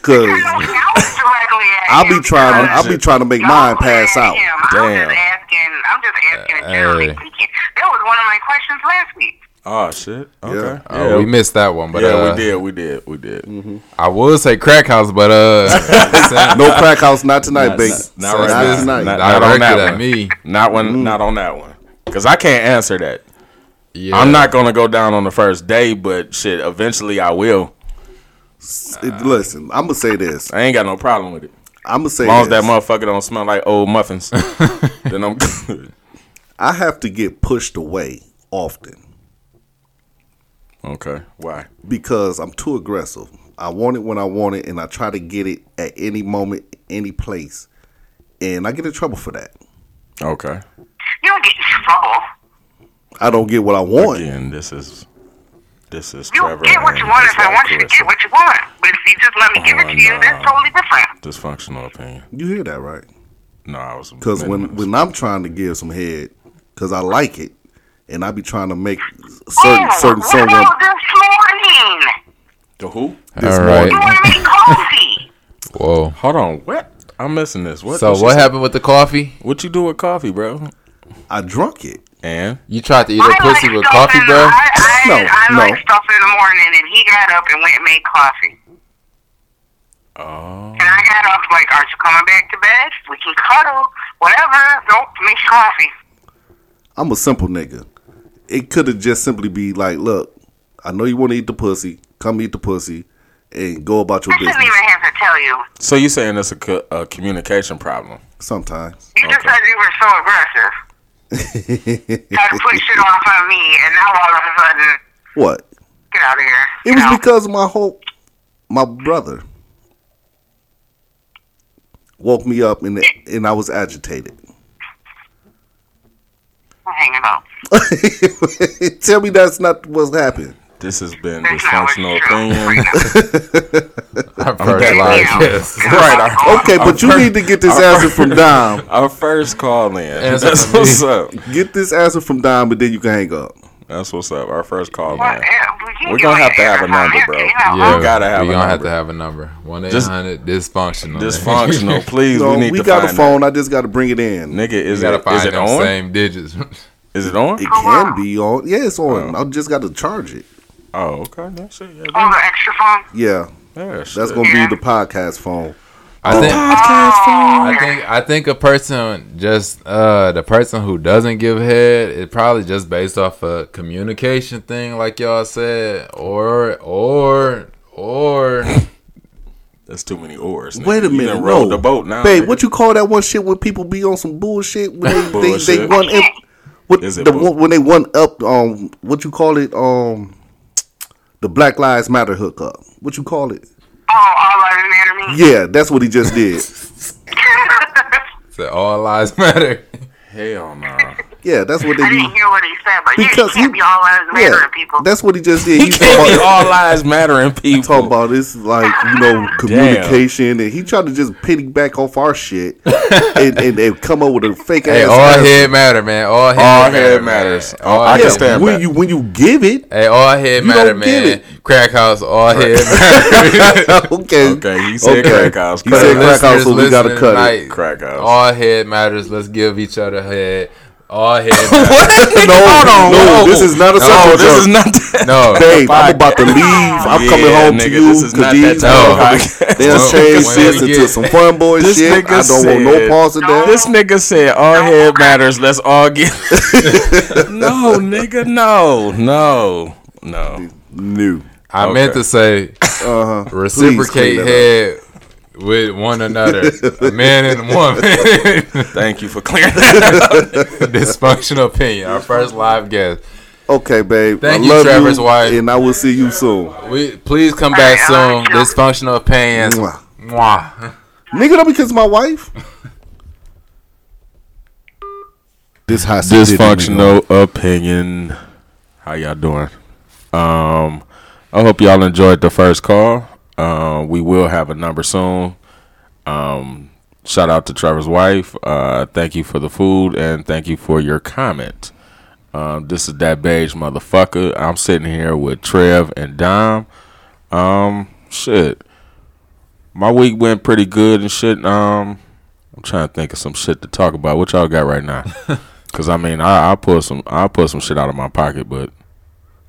[SPEAKER 1] Cause
[SPEAKER 4] I'll
[SPEAKER 1] I'll be trying. I'll be trying to make mine
[SPEAKER 4] Oh,
[SPEAKER 1] pass out.
[SPEAKER 4] I'm
[SPEAKER 2] Damn.
[SPEAKER 4] just asking. I'm just asking
[SPEAKER 3] Uh,
[SPEAKER 4] uh, generally
[SPEAKER 3] hey.
[SPEAKER 4] speaking. That was one of my questions last week.
[SPEAKER 2] Oh shit. Okay. Mm-hmm.
[SPEAKER 3] Oh, we missed that one, but
[SPEAKER 2] yeah,
[SPEAKER 3] uh,
[SPEAKER 2] we did. We did. We did.
[SPEAKER 3] I would say crack house, but uh,
[SPEAKER 1] No crack house, not tonight, babe.
[SPEAKER 2] Not, not right
[SPEAKER 1] Not
[SPEAKER 2] now.
[SPEAKER 1] tonight.
[SPEAKER 2] Not, not on
[SPEAKER 3] directed
[SPEAKER 2] that
[SPEAKER 3] at
[SPEAKER 2] one.
[SPEAKER 3] me.
[SPEAKER 2] Not one. Not on that one. Cause I can't answer that.
[SPEAKER 3] Yeah.
[SPEAKER 2] I'm not gonna go down on the first day, but shit, eventually I will.
[SPEAKER 1] It- listen, I'm gonna say this.
[SPEAKER 2] I ain't got no problem with it.
[SPEAKER 1] I'm gonna say
[SPEAKER 2] As long as
[SPEAKER 1] this.
[SPEAKER 2] that motherfucker don't smell like old muffins, then I'm good.
[SPEAKER 1] I have to get pushed away often.
[SPEAKER 2] Okay. Why?
[SPEAKER 1] because I'm too aggressive. I want it when I want it, and I try to get it at any moment, any place, and I get in trouble for that.
[SPEAKER 2] Okay.
[SPEAKER 4] You don't get in trouble.
[SPEAKER 1] I don't get what I want.
[SPEAKER 2] Again, this is this is
[SPEAKER 4] You
[SPEAKER 2] Trevor.
[SPEAKER 4] get what you
[SPEAKER 2] and
[SPEAKER 4] want
[SPEAKER 2] his
[SPEAKER 4] if I
[SPEAKER 2] wife,
[SPEAKER 4] want you to
[SPEAKER 2] Carissa.
[SPEAKER 4] get what you want. But If you just let me give it
[SPEAKER 2] Oh,
[SPEAKER 4] to you,
[SPEAKER 2] no.
[SPEAKER 4] that's totally different.
[SPEAKER 2] Dysfunctional opinion.
[SPEAKER 1] You hear that right?
[SPEAKER 2] No, I was
[SPEAKER 1] Because when when I'm trying to give some head, because I like it, and I be trying to make certain
[SPEAKER 4] oh,
[SPEAKER 1] certain
[SPEAKER 4] what
[SPEAKER 1] someone.
[SPEAKER 4] about this morning?
[SPEAKER 2] the who?
[SPEAKER 1] This
[SPEAKER 3] All right.
[SPEAKER 4] You want to make coffee?
[SPEAKER 3] Whoa.
[SPEAKER 2] Hold on, what? I'm missing this. What?
[SPEAKER 3] So
[SPEAKER 2] she
[SPEAKER 3] what
[SPEAKER 2] said?
[SPEAKER 3] happened with the coffee?
[SPEAKER 2] What you do with coffee, bro?
[SPEAKER 1] I drunk it.
[SPEAKER 2] And
[SPEAKER 3] You tried to eat
[SPEAKER 4] I
[SPEAKER 3] a pussy
[SPEAKER 4] like
[SPEAKER 3] with
[SPEAKER 4] stuff
[SPEAKER 3] coffee,
[SPEAKER 4] in-
[SPEAKER 3] bro?
[SPEAKER 4] I, I,
[SPEAKER 1] No,
[SPEAKER 4] I
[SPEAKER 1] no.
[SPEAKER 4] like stuff in the morning, and he got up and went and made coffee.
[SPEAKER 2] oh,
[SPEAKER 4] And I got up like, aren't you coming back to bed? We can cuddle, whatever. Don't make coffee.
[SPEAKER 1] I'm a simple nigga. It could have just simply be like, look, I know you want to eat the pussy. Come eat the pussy, and go about your
[SPEAKER 4] I shouldn't
[SPEAKER 1] business.
[SPEAKER 4] even have to tell you.
[SPEAKER 2] so you saying that's a, co- a communication problem?
[SPEAKER 1] Sometimes.
[SPEAKER 4] You just
[SPEAKER 2] Okay.
[SPEAKER 4] said you were so aggressive. Had to put shit off on me, and now all of a sudden,
[SPEAKER 1] what?
[SPEAKER 4] get out of here.
[SPEAKER 1] It
[SPEAKER 4] you
[SPEAKER 1] was
[SPEAKER 4] know?
[SPEAKER 1] because my whole my brother woke me up and and I was agitated.
[SPEAKER 4] I'm hanging up.
[SPEAKER 1] Tell me that's not what's happened.
[SPEAKER 2] This has been
[SPEAKER 4] That's not what
[SPEAKER 2] dysfunctional
[SPEAKER 4] you do.
[SPEAKER 2] opinion.
[SPEAKER 3] Our first
[SPEAKER 2] dead.
[SPEAKER 3] live
[SPEAKER 4] Yeah.
[SPEAKER 3] yes.
[SPEAKER 2] right. I-
[SPEAKER 1] Okay, but you need to get this answer from Dom.
[SPEAKER 2] Our first call in.
[SPEAKER 3] Answer
[SPEAKER 2] That's
[SPEAKER 3] for me.
[SPEAKER 2] what's up.
[SPEAKER 1] Get this answer from Dom, and then you can hang up.
[SPEAKER 2] That's what's up. Our first call
[SPEAKER 4] Well,
[SPEAKER 2] in.
[SPEAKER 4] yeah, we can
[SPEAKER 2] We're
[SPEAKER 4] do
[SPEAKER 2] gonna
[SPEAKER 4] it
[SPEAKER 2] have to have a
[SPEAKER 4] every time.
[SPEAKER 2] number, bro.
[SPEAKER 4] You
[SPEAKER 2] Yeah.
[SPEAKER 4] know,
[SPEAKER 3] Yeah,
[SPEAKER 2] We gotta have
[SPEAKER 3] we
[SPEAKER 2] a
[SPEAKER 3] gonna have
[SPEAKER 2] number.
[SPEAKER 3] to have a number. One eight
[SPEAKER 2] Just-
[SPEAKER 3] hundred dysfunctional.
[SPEAKER 2] Dysfunctional. Please,
[SPEAKER 1] No,
[SPEAKER 2] we
[SPEAKER 1] we,
[SPEAKER 2] need to
[SPEAKER 1] got a
[SPEAKER 2] find
[SPEAKER 1] phone. I just got to bring it in.
[SPEAKER 2] It. Nigga, is
[SPEAKER 3] You gotta
[SPEAKER 2] it,
[SPEAKER 3] find
[SPEAKER 2] is it
[SPEAKER 3] them
[SPEAKER 2] on?
[SPEAKER 3] same digits.
[SPEAKER 2] Is it on?
[SPEAKER 1] It can be on. Yeah, it's on. I just got to charge it.
[SPEAKER 2] Oh, okay. That's it. Yeah,
[SPEAKER 4] all the extra phone.
[SPEAKER 1] Yeah,
[SPEAKER 2] that's,
[SPEAKER 1] that's
[SPEAKER 2] gonna
[SPEAKER 1] gonna
[SPEAKER 4] Yeah.
[SPEAKER 1] be the podcast phone.
[SPEAKER 3] I think
[SPEAKER 2] podcast phone.
[SPEAKER 3] I think I think a person just uh the person who doesn't give head it probably just based off a communication thing like y'all said or or or
[SPEAKER 2] That's too many oars. nigga.
[SPEAKER 1] Wait a
[SPEAKER 2] You done
[SPEAKER 1] minute, no.
[SPEAKER 2] rode the boat now.
[SPEAKER 1] Babe,
[SPEAKER 2] nigga.
[SPEAKER 1] what you call that one shit when people be on some bullshit when they they, they
[SPEAKER 2] Bullshit.
[SPEAKER 1] run in, what,
[SPEAKER 2] Is it
[SPEAKER 1] the
[SPEAKER 2] bull-
[SPEAKER 1] one, when they one up um what you call it um the Black Lives Matter hookup. What you call it?
[SPEAKER 4] Oh, all of them matter me.
[SPEAKER 1] Yeah, that's what he just did.
[SPEAKER 3] say all lives matter.
[SPEAKER 2] Hell no.
[SPEAKER 1] yeah, that's what they
[SPEAKER 4] I didn't hear what he said, but yeah, you
[SPEAKER 1] Because
[SPEAKER 4] can't
[SPEAKER 1] he-
[SPEAKER 4] be all eyes
[SPEAKER 1] yeah,
[SPEAKER 4] mattering people.
[SPEAKER 1] that's what he just did. He
[SPEAKER 2] Baby,
[SPEAKER 1] talking about,
[SPEAKER 2] all lives matter in people.
[SPEAKER 1] talking about this like you know communication, and he tried to just pity back off our shit and, and, and come up with a fake
[SPEAKER 3] Hey,
[SPEAKER 1] ass.
[SPEAKER 3] all
[SPEAKER 1] answer.
[SPEAKER 3] head matter, man. All head,
[SPEAKER 2] All
[SPEAKER 3] matter,
[SPEAKER 2] head
[SPEAKER 3] man.
[SPEAKER 2] matters.
[SPEAKER 3] All
[SPEAKER 2] I can
[SPEAKER 3] head-
[SPEAKER 2] stand
[SPEAKER 1] when
[SPEAKER 2] back.
[SPEAKER 1] you when you give it,
[SPEAKER 3] Hey, all head
[SPEAKER 1] You
[SPEAKER 3] matter,
[SPEAKER 1] don't get
[SPEAKER 3] man. Crack house, all head matter.
[SPEAKER 1] okay,
[SPEAKER 2] Okay, he said crack house.
[SPEAKER 1] He
[SPEAKER 2] Crack
[SPEAKER 1] said
[SPEAKER 3] Listeners
[SPEAKER 1] crack house, so we gotta
[SPEAKER 3] listening
[SPEAKER 1] cut it.
[SPEAKER 3] tonight,
[SPEAKER 2] Crack house.
[SPEAKER 3] All head matters. Let's give each other head. All head matters.
[SPEAKER 1] No, no, this is not a
[SPEAKER 2] No,
[SPEAKER 1] sexual
[SPEAKER 2] Oh, this is
[SPEAKER 1] joke.
[SPEAKER 2] not that.
[SPEAKER 3] No.
[SPEAKER 1] Babe, I'm
[SPEAKER 2] Fuck.
[SPEAKER 1] about to leave. I'm
[SPEAKER 2] Yeah,
[SPEAKER 1] coming home to
[SPEAKER 2] nigga,
[SPEAKER 1] you
[SPEAKER 2] this is not that
[SPEAKER 1] because
[SPEAKER 2] type of
[SPEAKER 1] motherfuckers
[SPEAKER 2] podcast.
[SPEAKER 1] they'll
[SPEAKER 3] Well,
[SPEAKER 1] change
[SPEAKER 3] when
[SPEAKER 1] this
[SPEAKER 3] we
[SPEAKER 1] into
[SPEAKER 3] get-
[SPEAKER 1] some fun boy
[SPEAKER 2] This
[SPEAKER 1] shit.
[SPEAKER 2] nigga
[SPEAKER 1] I don't want no
[SPEAKER 2] said-
[SPEAKER 1] parts of that.
[SPEAKER 2] This nigga said all head matters. Let's all get. no, nigga, no, no, no.
[SPEAKER 1] New.
[SPEAKER 3] I meant to say
[SPEAKER 1] Uh huh.
[SPEAKER 3] reciprocate head with one another. a man and a woman.
[SPEAKER 2] Thank you for clearing that. up.
[SPEAKER 3] Dysfunctional opinion. Our first live guest.
[SPEAKER 1] Okay, babe.
[SPEAKER 3] Thank
[SPEAKER 1] I
[SPEAKER 3] you,
[SPEAKER 1] love
[SPEAKER 3] Travis White.
[SPEAKER 1] and I will see you soon.
[SPEAKER 3] We please come back
[SPEAKER 4] Hey, I
[SPEAKER 3] soon.
[SPEAKER 4] like you.
[SPEAKER 3] Dysfunctional opinions.
[SPEAKER 1] Mwah.
[SPEAKER 3] Mwah.
[SPEAKER 1] Nigga, don't be kissing my wife. This high
[SPEAKER 2] Dysfunctional opinion. How y'all doing? Um, I hope y'all enjoyed the first call. Uh, we will have a number soon. Um, shout out to Trevor's wife. Uh, thank you for the food and thank you for your comment. Um, this is that beige motherfucker. I'm sitting here with Trev and Dom. Um, shit. My week went pretty good and shit. Um, I'm trying to think of some shit to talk about. What y'all got right now? Cause I mean, I I pull some I pull some shit out of my pocket, but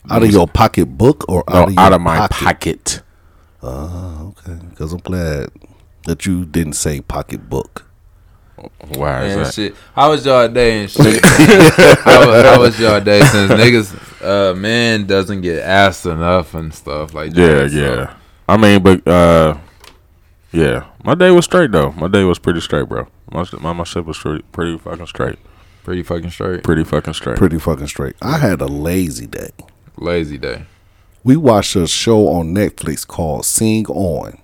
[SPEAKER 1] Out of your pocketbook or
[SPEAKER 2] no,
[SPEAKER 1] out of your
[SPEAKER 2] out of my
[SPEAKER 1] pocket?
[SPEAKER 2] pocket.
[SPEAKER 1] Oh, Okay, because I'm glad that you didn't say pocketbook.
[SPEAKER 2] Why is
[SPEAKER 3] And
[SPEAKER 2] that?
[SPEAKER 3] shit. How was y'all day and shit? how, was, how was y'all day since niggas uh man doesn't get asked enough and stuff like
[SPEAKER 2] Yeah,
[SPEAKER 3] that. so-
[SPEAKER 2] yeah. I mean, but uh, yeah. My day was straight though. My day was pretty straight, bro. My sh- my, my shit was pretty, pretty fucking straight.
[SPEAKER 3] Pretty fucking straight.
[SPEAKER 2] Pretty fucking straight.
[SPEAKER 1] Pretty fucking straight. I had a lazy day.
[SPEAKER 3] Lazy day.
[SPEAKER 1] We watched a show on Netflix called Sing On.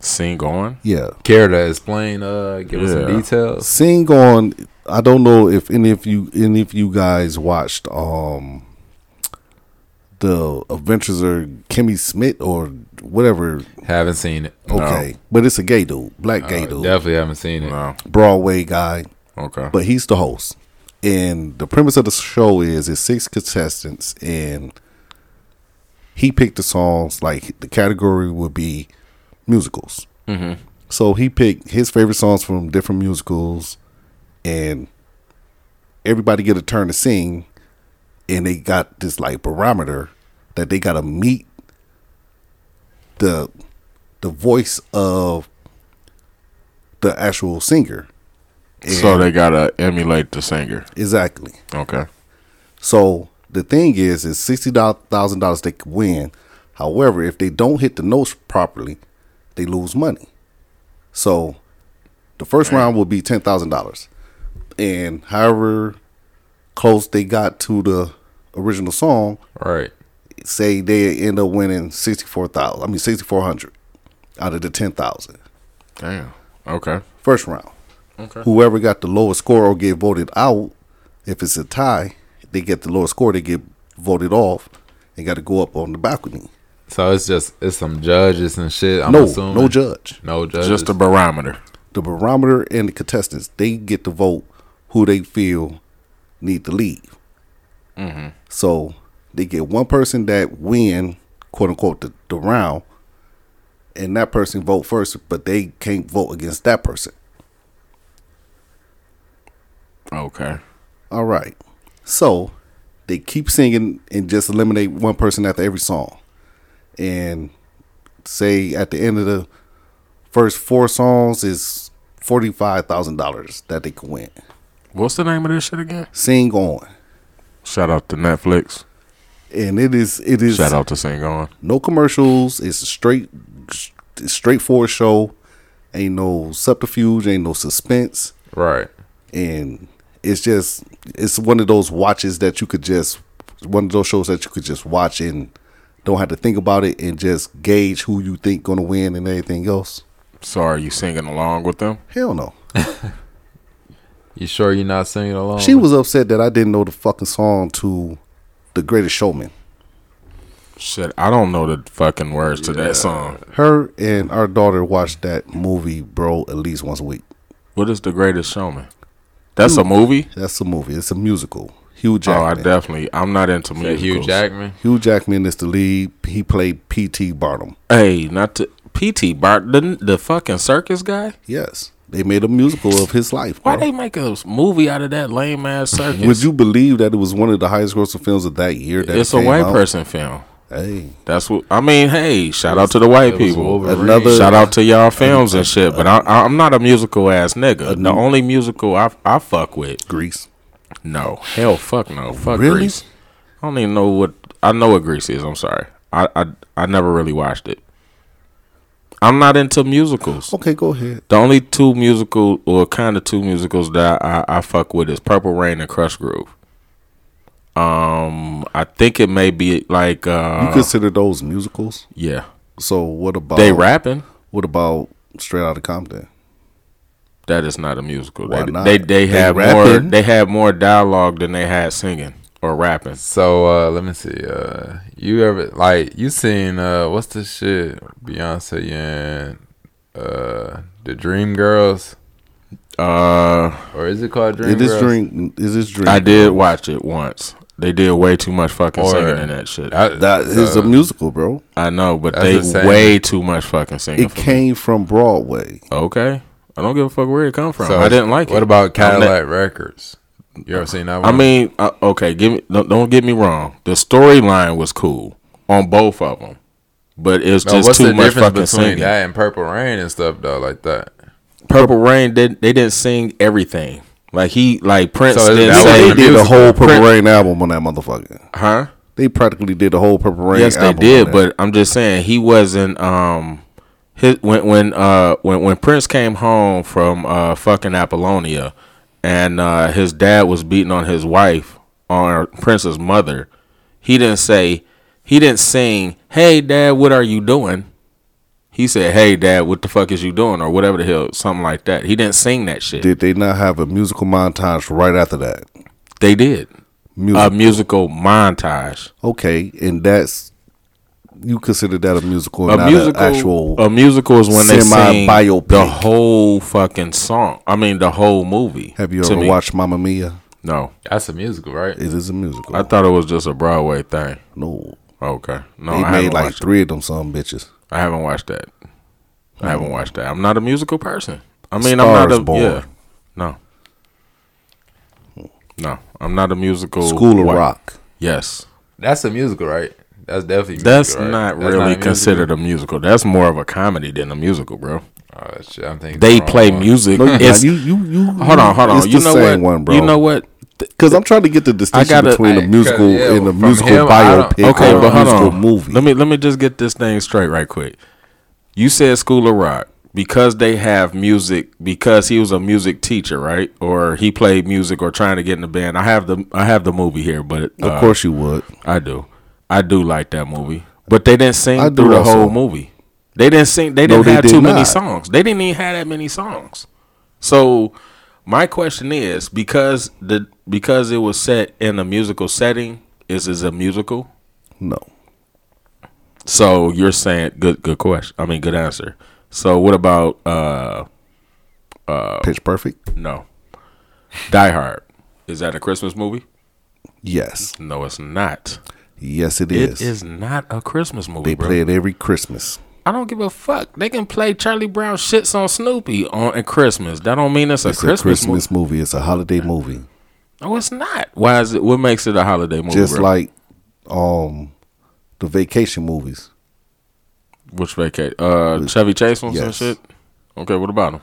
[SPEAKER 2] Sing on.
[SPEAKER 1] Yeah.
[SPEAKER 3] Care to explain, uh give us some
[SPEAKER 2] Yeah.
[SPEAKER 3] details.
[SPEAKER 1] Sing On I don't know if any of you any of you guys watched um the Adventures of Kimmy Smith or whatever.
[SPEAKER 3] Haven't seen it.
[SPEAKER 1] Okay, but it's a gay dude, black gay
[SPEAKER 3] Uh,
[SPEAKER 1] dude,
[SPEAKER 3] Definitely haven't seen it.
[SPEAKER 2] No.
[SPEAKER 1] Broadway guy,
[SPEAKER 2] Okay.
[SPEAKER 1] but he's the host. And the premise of the show is it's six contestants, and he picked the songs. Like the category would be musicals. Mm-hmm. So he picked his favorite songs from different musicals, and everybody get a turn to sing. And they got this like barometer that they gotta meet the the voice of the actual singer.
[SPEAKER 2] So they gotta emulate the singer.
[SPEAKER 1] Exactly.
[SPEAKER 2] Okay.
[SPEAKER 1] So the thing is, is sixty thousand dollars they could win. However, if they don't hit the notes properly, they lose money. So the first round will be ten thousand dollars, and however close they got to the original song,
[SPEAKER 3] Right.
[SPEAKER 1] say they end up winning sixty four thousand. I mean sixty four hundred out of the ten thousand
[SPEAKER 2] Damn. Okay.
[SPEAKER 1] first round. Whoever got the lowest score or get voted out, if it's a tie, they get the lowest score, they get voted off and got to go up on the balcony.
[SPEAKER 3] So it's just it's some judges and shit. I'm
[SPEAKER 1] no,
[SPEAKER 3] assuming.
[SPEAKER 1] no judge.
[SPEAKER 3] No judges.
[SPEAKER 2] Just a barometer.
[SPEAKER 1] The barometer and the contestants, they get to vote who they feel need to leave.
[SPEAKER 3] Mm-hmm.
[SPEAKER 1] So they get one person that win, quote unquote, the, the round, and that person vote first, but they can't vote against that person.
[SPEAKER 2] Okay.
[SPEAKER 1] All right. So they keep singing and just eliminate one person after every song. And say at the end of the first four songs is $45,000 that they can win.
[SPEAKER 2] What's the name of this shit again?
[SPEAKER 1] Sing on.
[SPEAKER 2] Shout out to Netflix.
[SPEAKER 1] And it is it is
[SPEAKER 2] Shout out to Sing On.
[SPEAKER 1] no commercials. It's a straight straightforward show. Ain't no subterfuge, ain't no suspense.
[SPEAKER 3] right.
[SPEAKER 1] and it's just it's one of those watches that you could just one of those shows that you could just watch and don't have to think about it and just gauge who you think gonna win and everything else.
[SPEAKER 2] So are you singing along with them?
[SPEAKER 1] Hell no.
[SPEAKER 3] You sure you're not singing
[SPEAKER 2] Oh.
[SPEAKER 3] along?
[SPEAKER 1] She was upset that I didn't know the fucking song to The Greatest Showman.
[SPEAKER 2] Shit, I don't know the fucking words to that song.
[SPEAKER 1] Her and our daughter watched that movie, bro, at least once a week.
[SPEAKER 2] What is the greatest showman? That's a movie.
[SPEAKER 1] That's a movie. It's a musical. Hugh
[SPEAKER 2] Oh, I
[SPEAKER 1] Jackman.
[SPEAKER 2] definitely. I'm not into
[SPEAKER 3] That
[SPEAKER 2] musicals.
[SPEAKER 3] Hugh Jackman.
[SPEAKER 1] Hugh Jackman is the lead. He played P.T. Barnum.
[SPEAKER 2] Hey, not to PT Bart, the, the fucking circus guy.
[SPEAKER 1] Yes, they made a musical of his life.
[SPEAKER 2] Why
[SPEAKER 1] bro.
[SPEAKER 2] they make a movie out of that lame ass circus?
[SPEAKER 1] Would you believe that it was one of the highest grossing films of that year? That
[SPEAKER 2] it's a
[SPEAKER 1] came
[SPEAKER 2] white
[SPEAKER 1] out?
[SPEAKER 2] person film.
[SPEAKER 1] Hey,
[SPEAKER 2] That's what I mean. Hey, shout out to the white people.
[SPEAKER 3] Wolverine.
[SPEAKER 1] Another-
[SPEAKER 2] Shout out to y'all films and shit. But I, I- I'm not a musical ass nigga. The only musical I I fuck with.
[SPEAKER 1] Greece.
[SPEAKER 2] No, hell, fuck no, fuck
[SPEAKER 1] Really?
[SPEAKER 2] Grease. I don't even know what I know what Grease is. I'm sorry. I I, I never really watched it. I'm not into musicals.
[SPEAKER 1] Okay, go ahead.
[SPEAKER 2] The only two musical or kind of two musicals that I, I fuck with is Purple Rain and Crush Groove. Um, I think it may be like
[SPEAKER 1] You
[SPEAKER 2] uh,
[SPEAKER 1] consider those musicals?
[SPEAKER 2] yeah,
[SPEAKER 1] So what about
[SPEAKER 2] they rapping.
[SPEAKER 1] What about Straight Outta Compton?
[SPEAKER 2] That is not a musical.
[SPEAKER 1] Why
[SPEAKER 2] they,
[SPEAKER 1] not?
[SPEAKER 2] they they
[SPEAKER 1] They
[SPEAKER 2] have more
[SPEAKER 1] rapping?
[SPEAKER 2] they have more dialogue than they had singing or rapping.
[SPEAKER 3] So uh, let me see. Uh, you ever like you seen uh, what's the shit Beyonce and uh, the Dream Girls
[SPEAKER 2] Uh.
[SPEAKER 3] or is it called Dream
[SPEAKER 1] It is
[SPEAKER 3] Girls?
[SPEAKER 1] drink. Is this drink?
[SPEAKER 2] I did watch it once. They did way too much fucking
[SPEAKER 3] Or-
[SPEAKER 2] singing in that shit. I,
[SPEAKER 3] I,
[SPEAKER 1] That is
[SPEAKER 2] Uh,
[SPEAKER 1] a musical, bro.
[SPEAKER 2] know, but
[SPEAKER 3] That's
[SPEAKER 2] they
[SPEAKER 3] the same.
[SPEAKER 2] way too much fucking singing.
[SPEAKER 1] It
[SPEAKER 2] for-
[SPEAKER 1] came from Broadway.
[SPEAKER 2] okay, I don't give a fuck where it come from.
[SPEAKER 3] so
[SPEAKER 2] I didn't like it.
[SPEAKER 3] What about
[SPEAKER 2] I'm not-
[SPEAKER 3] Cadillac Records? You ever seen that
[SPEAKER 2] I
[SPEAKER 3] one?
[SPEAKER 2] mean, uh, okay, give me don't, don't get me wrong. The storyline was cool on both of them, but it's
[SPEAKER 3] No,
[SPEAKER 2] just
[SPEAKER 3] what's
[SPEAKER 2] too
[SPEAKER 3] the
[SPEAKER 2] much
[SPEAKER 3] difference
[SPEAKER 2] fucking
[SPEAKER 3] between
[SPEAKER 2] singing.
[SPEAKER 3] that and Purple Rain and stuff though, like that?
[SPEAKER 2] Purple Rain did they didn't sing everything. Like he like Prince
[SPEAKER 3] So
[SPEAKER 2] didn't
[SPEAKER 3] that
[SPEAKER 1] So
[SPEAKER 3] wasn't
[SPEAKER 1] they
[SPEAKER 2] say,
[SPEAKER 3] a
[SPEAKER 1] did the
[SPEAKER 3] musical.
[SPEAKER 1] whole Purple Rain album on that motherfucker.
[SPEAKER 2] huh?
[SPEAKER 1] They practically did the whole Purple Rain.
[SPEAKER 2] Yes, they
[SPEAKER 1] album
[SPEAKER 2] did,
[SPEAKER 1] on that.
[SPEAKER 2] but I'm just saying he wasn't. Um, his when when uh when when Prince came home from uh fucking Apollonia, and uh, his dad was beating on his wife on Prince's mother. He didn't say he didn't sing. Hey, dad, what are you doing? He said, "Hey, dad, what the fuck is you doing?" or whatever the hell, something like that. He didn't sing that shit.
[SPEAKER 1] did they not have a musical montage right after that?
[SPEAKER 2] They did.
[SPEAKER 1] Music.
[SPEAKER 2] A musical montage.
[SPEAKER 1] okay, and that's you consider that a musical,
[SPEAKER 2] A
[SPEAKER 1] not
[SPEAKER 2] musical,
[SPEAKER 1] an actual.
[SPEAKER 2] a musical is when they sing
[SPEAKER 1] semi-biopic.
[SPEAKER 2] the whole fucking song. I mean, the whole movie.
[SPEAKER 1] have you
[SPEAKER 2] to
[SPEAKER 1] ever
[SPEAKER 2] me.
[SPEAKER 1] watched Mamma Mia?
[SPEAKER 2] No,
[SPEAKER 3] That's a musical, right?
[SPEAKER 1] It is a musical.
[SPEAKER 2] I thought it was just a Broadway thing.
[SPEAKER 1] no,
[SPEAKER 2] Okay, no,
[SPEAKER 1] they
[SPEAKER 2] I
[SPEAKER 1] made
[SPEAKER 2] haven't
[SPEAKER 1] like
[SPEAKER 2] watched it.
[SPEAKER 1] three of them. Some bitches.
[SPEAKER 2] I haven't watched that. I haven't watched that. I'm not a musical person. I mean,
[SPEAKER 1] Star
[SPEAKER 2] I'm not
[SPEAKER 1] is
[SPEAKER 2] a
[SPEAKER 1] Oh. Born.
[SPEAKER 2] yeah. No, no, I'm not a musical.
[SPEAKER 1] School of
[SPEAKER 2] what-
[SPEAKER 1] Rock.
[SPEAKER 2] Yes,
[SPEAKER 3] That's a musical, right? That's definitely musical,
[SPEAKER 2] that's
[SPEAKER 3] right?
[SPEAKER 2] not
[SPEAKER 3] That's
[SPEAKER 2] really
[SPEAKER 3] a musical?
[SPEAKER 2] considered a musical. That's more of a comedy than a musical, bro.
[SPEAKER 3] Oh, shit, I'm thinking
[SPEAKER 2] They
[SPEAKER 3] the wrong
[SPEAKER 2] play
[SPEAKER 3] one.
[SPEAKER 2] music.
[SPEAKER 1] No, you,
[SPEAKER 2] It's-
[SPEAKER 1] you, you, you.
[SPEAKER 2] hold on, hold on.
[SPEAKER 1] It's
[SPEAKER 2] you
[SPEAKER 1] the
[SPEAKER 2] know
[SPEAKER 1] same
[SPEAKER 2] what?
[SPEAKER 1] one, bro.
[SPEAKER 2] You know what?
[SPEAKER 1] Because I'm trying to get the distinction
[SPEAKER 2] gotta-
[SPEAKER 1] between
[SPEAKER 3] I-
[SPEAKER 1] a musical
[SPEAKER 3] 'cause, yeah,
[SPEAKER 1] and a
[SPEAKER 3] from
[SPEAKER 1] musical
[SPEAKER 3] him, I don't-
[SPEAKER 1] biopic
[SPEAKER 2] Okay,
[SPEAKER 1] or
[SPEAKER 2] but
[SPEAKER 1] a
[SPEAKER 2] hold
[SPEAKER 1] musical
[SPEAKER 2] on.
[SPEAKER 1] movie.
[SPEAKER 2] Let me let me just get this thing straight right quick. You said School of Rock because they have music because he was a music teacher, right? Or he played music or trying to get in the band. I have the I have the movie here, but uh,
[SPEAKER 1] of course you would.
[SPEAKER 2] I do. I do like that movie, but they didn't sing
[SPEAKER 1] I do
[SPEAKER 2] through the
[SPEAKER 1] also.
[SPEAKER 2] whole movie. They didn't sing. They didn't
[SPEAKER 1] they
[SPEAKER 2] have
[SPEAKER 1] did
[SPEAKER 2] too many
[SPEAKER 1] not.
[SPEAKER 2] songs. They didn't even have that many songs. So my question is because the because it was set in a musical setting, is is a musical?
[SPEAKER 1] No,
[SPEAKER 2] So you're saying good good question. I mean good answer. So what about uh Oh.
[SPEAKER 1] Pitch Perfect.
[SPEAKER 2] no. Die Hard. Is that a Christmas movie?
[SPEAKER 1] Yes,
[SPEAKER 2] No, it's not.
[SPEAKER 1] yes, it
[SPEAKER 2] It
[SPEAKER 1] is.
[SPEAKER 2] is not a Christmas movie,
[SPEAKER 1] They
[SPEAKER 2] bro.
[SPEAKER 1] play it every Christmas.
[SPEAKER 2] I don't give a fuck. They can play Charlie Brown shits on Snoopy on at Christmas. That don't mean it's a
[SPEAKER 1] It's
[SPEAKER 2] Christmas, Oh,
[SPEAKER 1] a Christmas
[SPEAKER 2] movie.
[SPEAKER 1] movie. It's a holiday movie.
[SPEAKER 2] No, it's not. Why is it what makes it a holiday movie?
[SPEAKER 1] Just
[SPEAKER 2] bro?
[SPEAKER 1] like um the vacation movies.
[SPEAKER 2] which vacation? Uh Chevy Chase on some
[SPEAKER 1] Yes.
[SPEAKER 2] shit? Okay, what about him?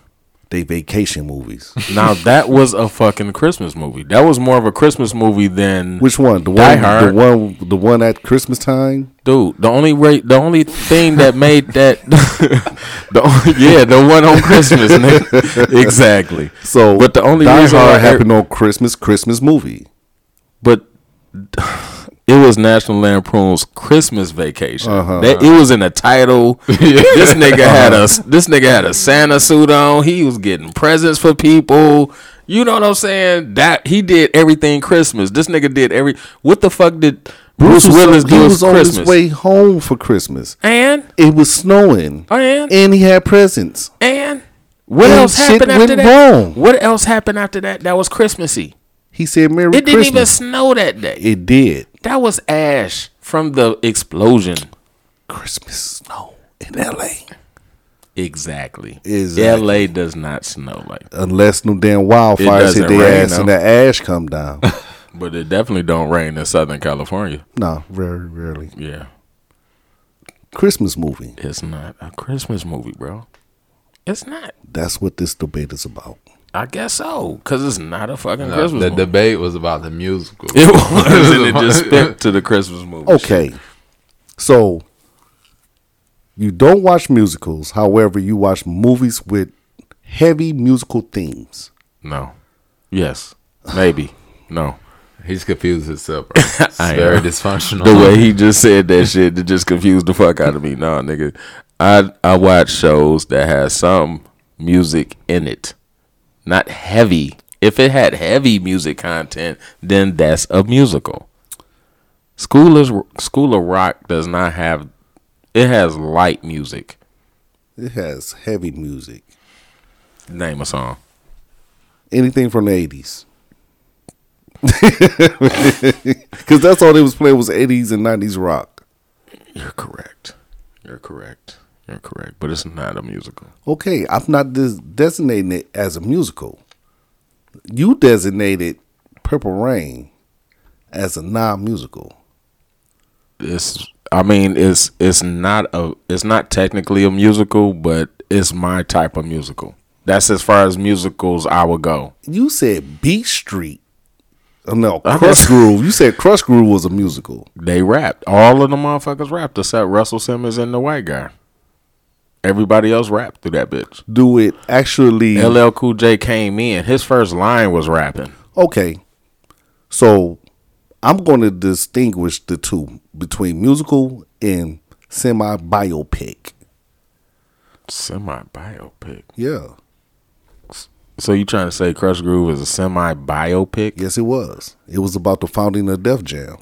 [SPEAKER 1] They vacation movies.
[SPEAKER 2] now that was a fucking Christmas movie. That was more of a Christmas movie than
[SPEAKER 1] Which one? The
[SPEAKER 2] Die
[SPEAKER 1] one
[SPEAKER 2] Hard.
[SPEAKER 1] the one the one at Christmas time?
[SPEAKER 2] Dude, the only rate, the only thing that made that, the only, yeah, the one on Christmas, nigga. exactly.
[SPEAKER 1] So
[SPEAKER 2] but the only
[SPEAKER 1] Die
[SPEAKER 2] reason why
[SPEAKER 1] Hard
[SPEAKER 2] every-
[SPEAKER 1] happened on Christmas, Christmas movie.
[SPEAKER 2] but it was National Lampoon's Christmas Vacation.
[SPEAKER 1] Uh-huh.
[SPEAKER 2] That it was in the title. This nigga had a
[SPEAKER 1] Uh-huh.
[SPEAKER 2] this nigga had a Santa suit on. He was getting presents for people. You know what I'm saying? That he did everything Christmas. This nigga did every. What the fuck did Bruce,
[SPEAKER 1] was-
[SPEAKER 2] Willis
[SPEAKER 1] he
[SPEAKER 2] do?
[SPEAKER 1] was on
[SPEAKER 2] Christmas
[SPEAKER 1] his way home for Christmas.
[SPEAKER 2] and
[SPEAKER 1] It was snowing.
[SPEAKER 2] and
[SPEAKER 1] And he had presents.
[SPEAKER 2] And what
[SPEAKER 1] And
[SPEAKER 2] else
[SPEAKER 1] shit
[SPEAKER 2] happened after
[SPEAKER 1] went
[SPEAKER 2] that?
[SPEAKER 1] wrong.
[SPEAKER 2] What else happened after that? That was Christmassy.
[SPEAKER 1] He said Merry
[SPEAKER 2] It didn't even
[SPEAKER 1] Christmas.
[SPEAKER 2] snow that day.
[SPEAKER 1] it did.
[SPEAKER 2] That was ash from the explosion.
[SPEAKER 1] Christmas snow in LA.
[SPEAKER 2] Exactly.
[SPEAKER 1] Exactly.
[SPEAKER 2] LA does not snow like that.
[SPEAKER 1] Unless no damn wildfires
[SPEAKER 2] doesn't
[SPEAKER 1] hit their
[SPEAKER 2] rain,
[SPEAKER 1] ass and
[SPEAKER 2] no.
[SPEAKER 1] that ash come down.
[SPEAKER 2] But it definitely don't rain in Southern California.
[SPEAKER 1] no, very rarely.
[SPEAKER 2] Yeah.
[SPEAKER 1] Christmas movie.
[SPEAKER 2] It's not a Christmas movie, bro. It's not.
[SPEAKER 1] That's what this debate is about.
[SPEAKER 2] I guess so. Cause it's not a fucking
[SPEAKER 3] No,
[SPEAKER 2] Christmas
[SPEAKER 3] the
[SPEAKER 2] movie.
[SPEAKER 3] debate was about the musical.
[SPEAKER 2] it was and it just spent to the Christmas movie.
[SPEAKER 1] Okay. So you don't watch musicals, however, you watch movies with heavy musical themes.
[SPEAKER 2] No. Yes. Maybe. No.
[SPEAKER 3] He's confused himself. Bro. It's
[SPEAKER 2] I
[SPEAKER 3] very
[SPEAKER 2] am.
[SPEAKER 3] dysfunctional.
[SPEAKER 2] the way he just said that shit it just confused the fuck out of me. Nah, nigga. I I watch shows that has some music in it. Not heavy. If it had heavy music content, then that's a musical. School is School of Rock does not have it has light music.
[SPEAKER 1] It has heavy music.
[SPEAKER 2] Name a song.
[SPEAKER 1] Anything from the eighties. Cause that's all they was playing was eighties and nineties rock.
[SPEAKER 2] You're correct. You're correct. You're correct. But it's not a musical.
[SPEAKER 1] Okay, I'm not des- designating it as a musical. You designated Purple Rain as a non musical.
[SPEAKER 2] it's I mean it's it's not a it's not technically a musical, but it's my type of musical. That's as far as musicals I would go.
[SPEAKER 1] You said Beat Street. Oh, no,
[SPEAKER 2] I
[SPEAKER 1] Crush
[SPEAKER 2] guess-
[SPEAKER 1] Groove. You said Crush Groove was a musical.
[SPEAKER 2] They rapped. All of the motherfuckers rapped except Russell Simmons and the white guy. Everybody else rapped through that bitch.
[SPEAKER 1] Do it actually.
[SPEAKER 2] LL Cool J came in. His first line was rapping.
[SPEAKER 1] okay. So I'm going to distinguish the two between musical and semi biopic.
[SPEAKER 2] Semi biopic.
[SPEAKER 1] Yeah.
[SPEAKER 2] So you trying to say Crush Groove is a semi biopic?
[SPEAKER 1] Yes, it was. It was about the founding of Def Jam.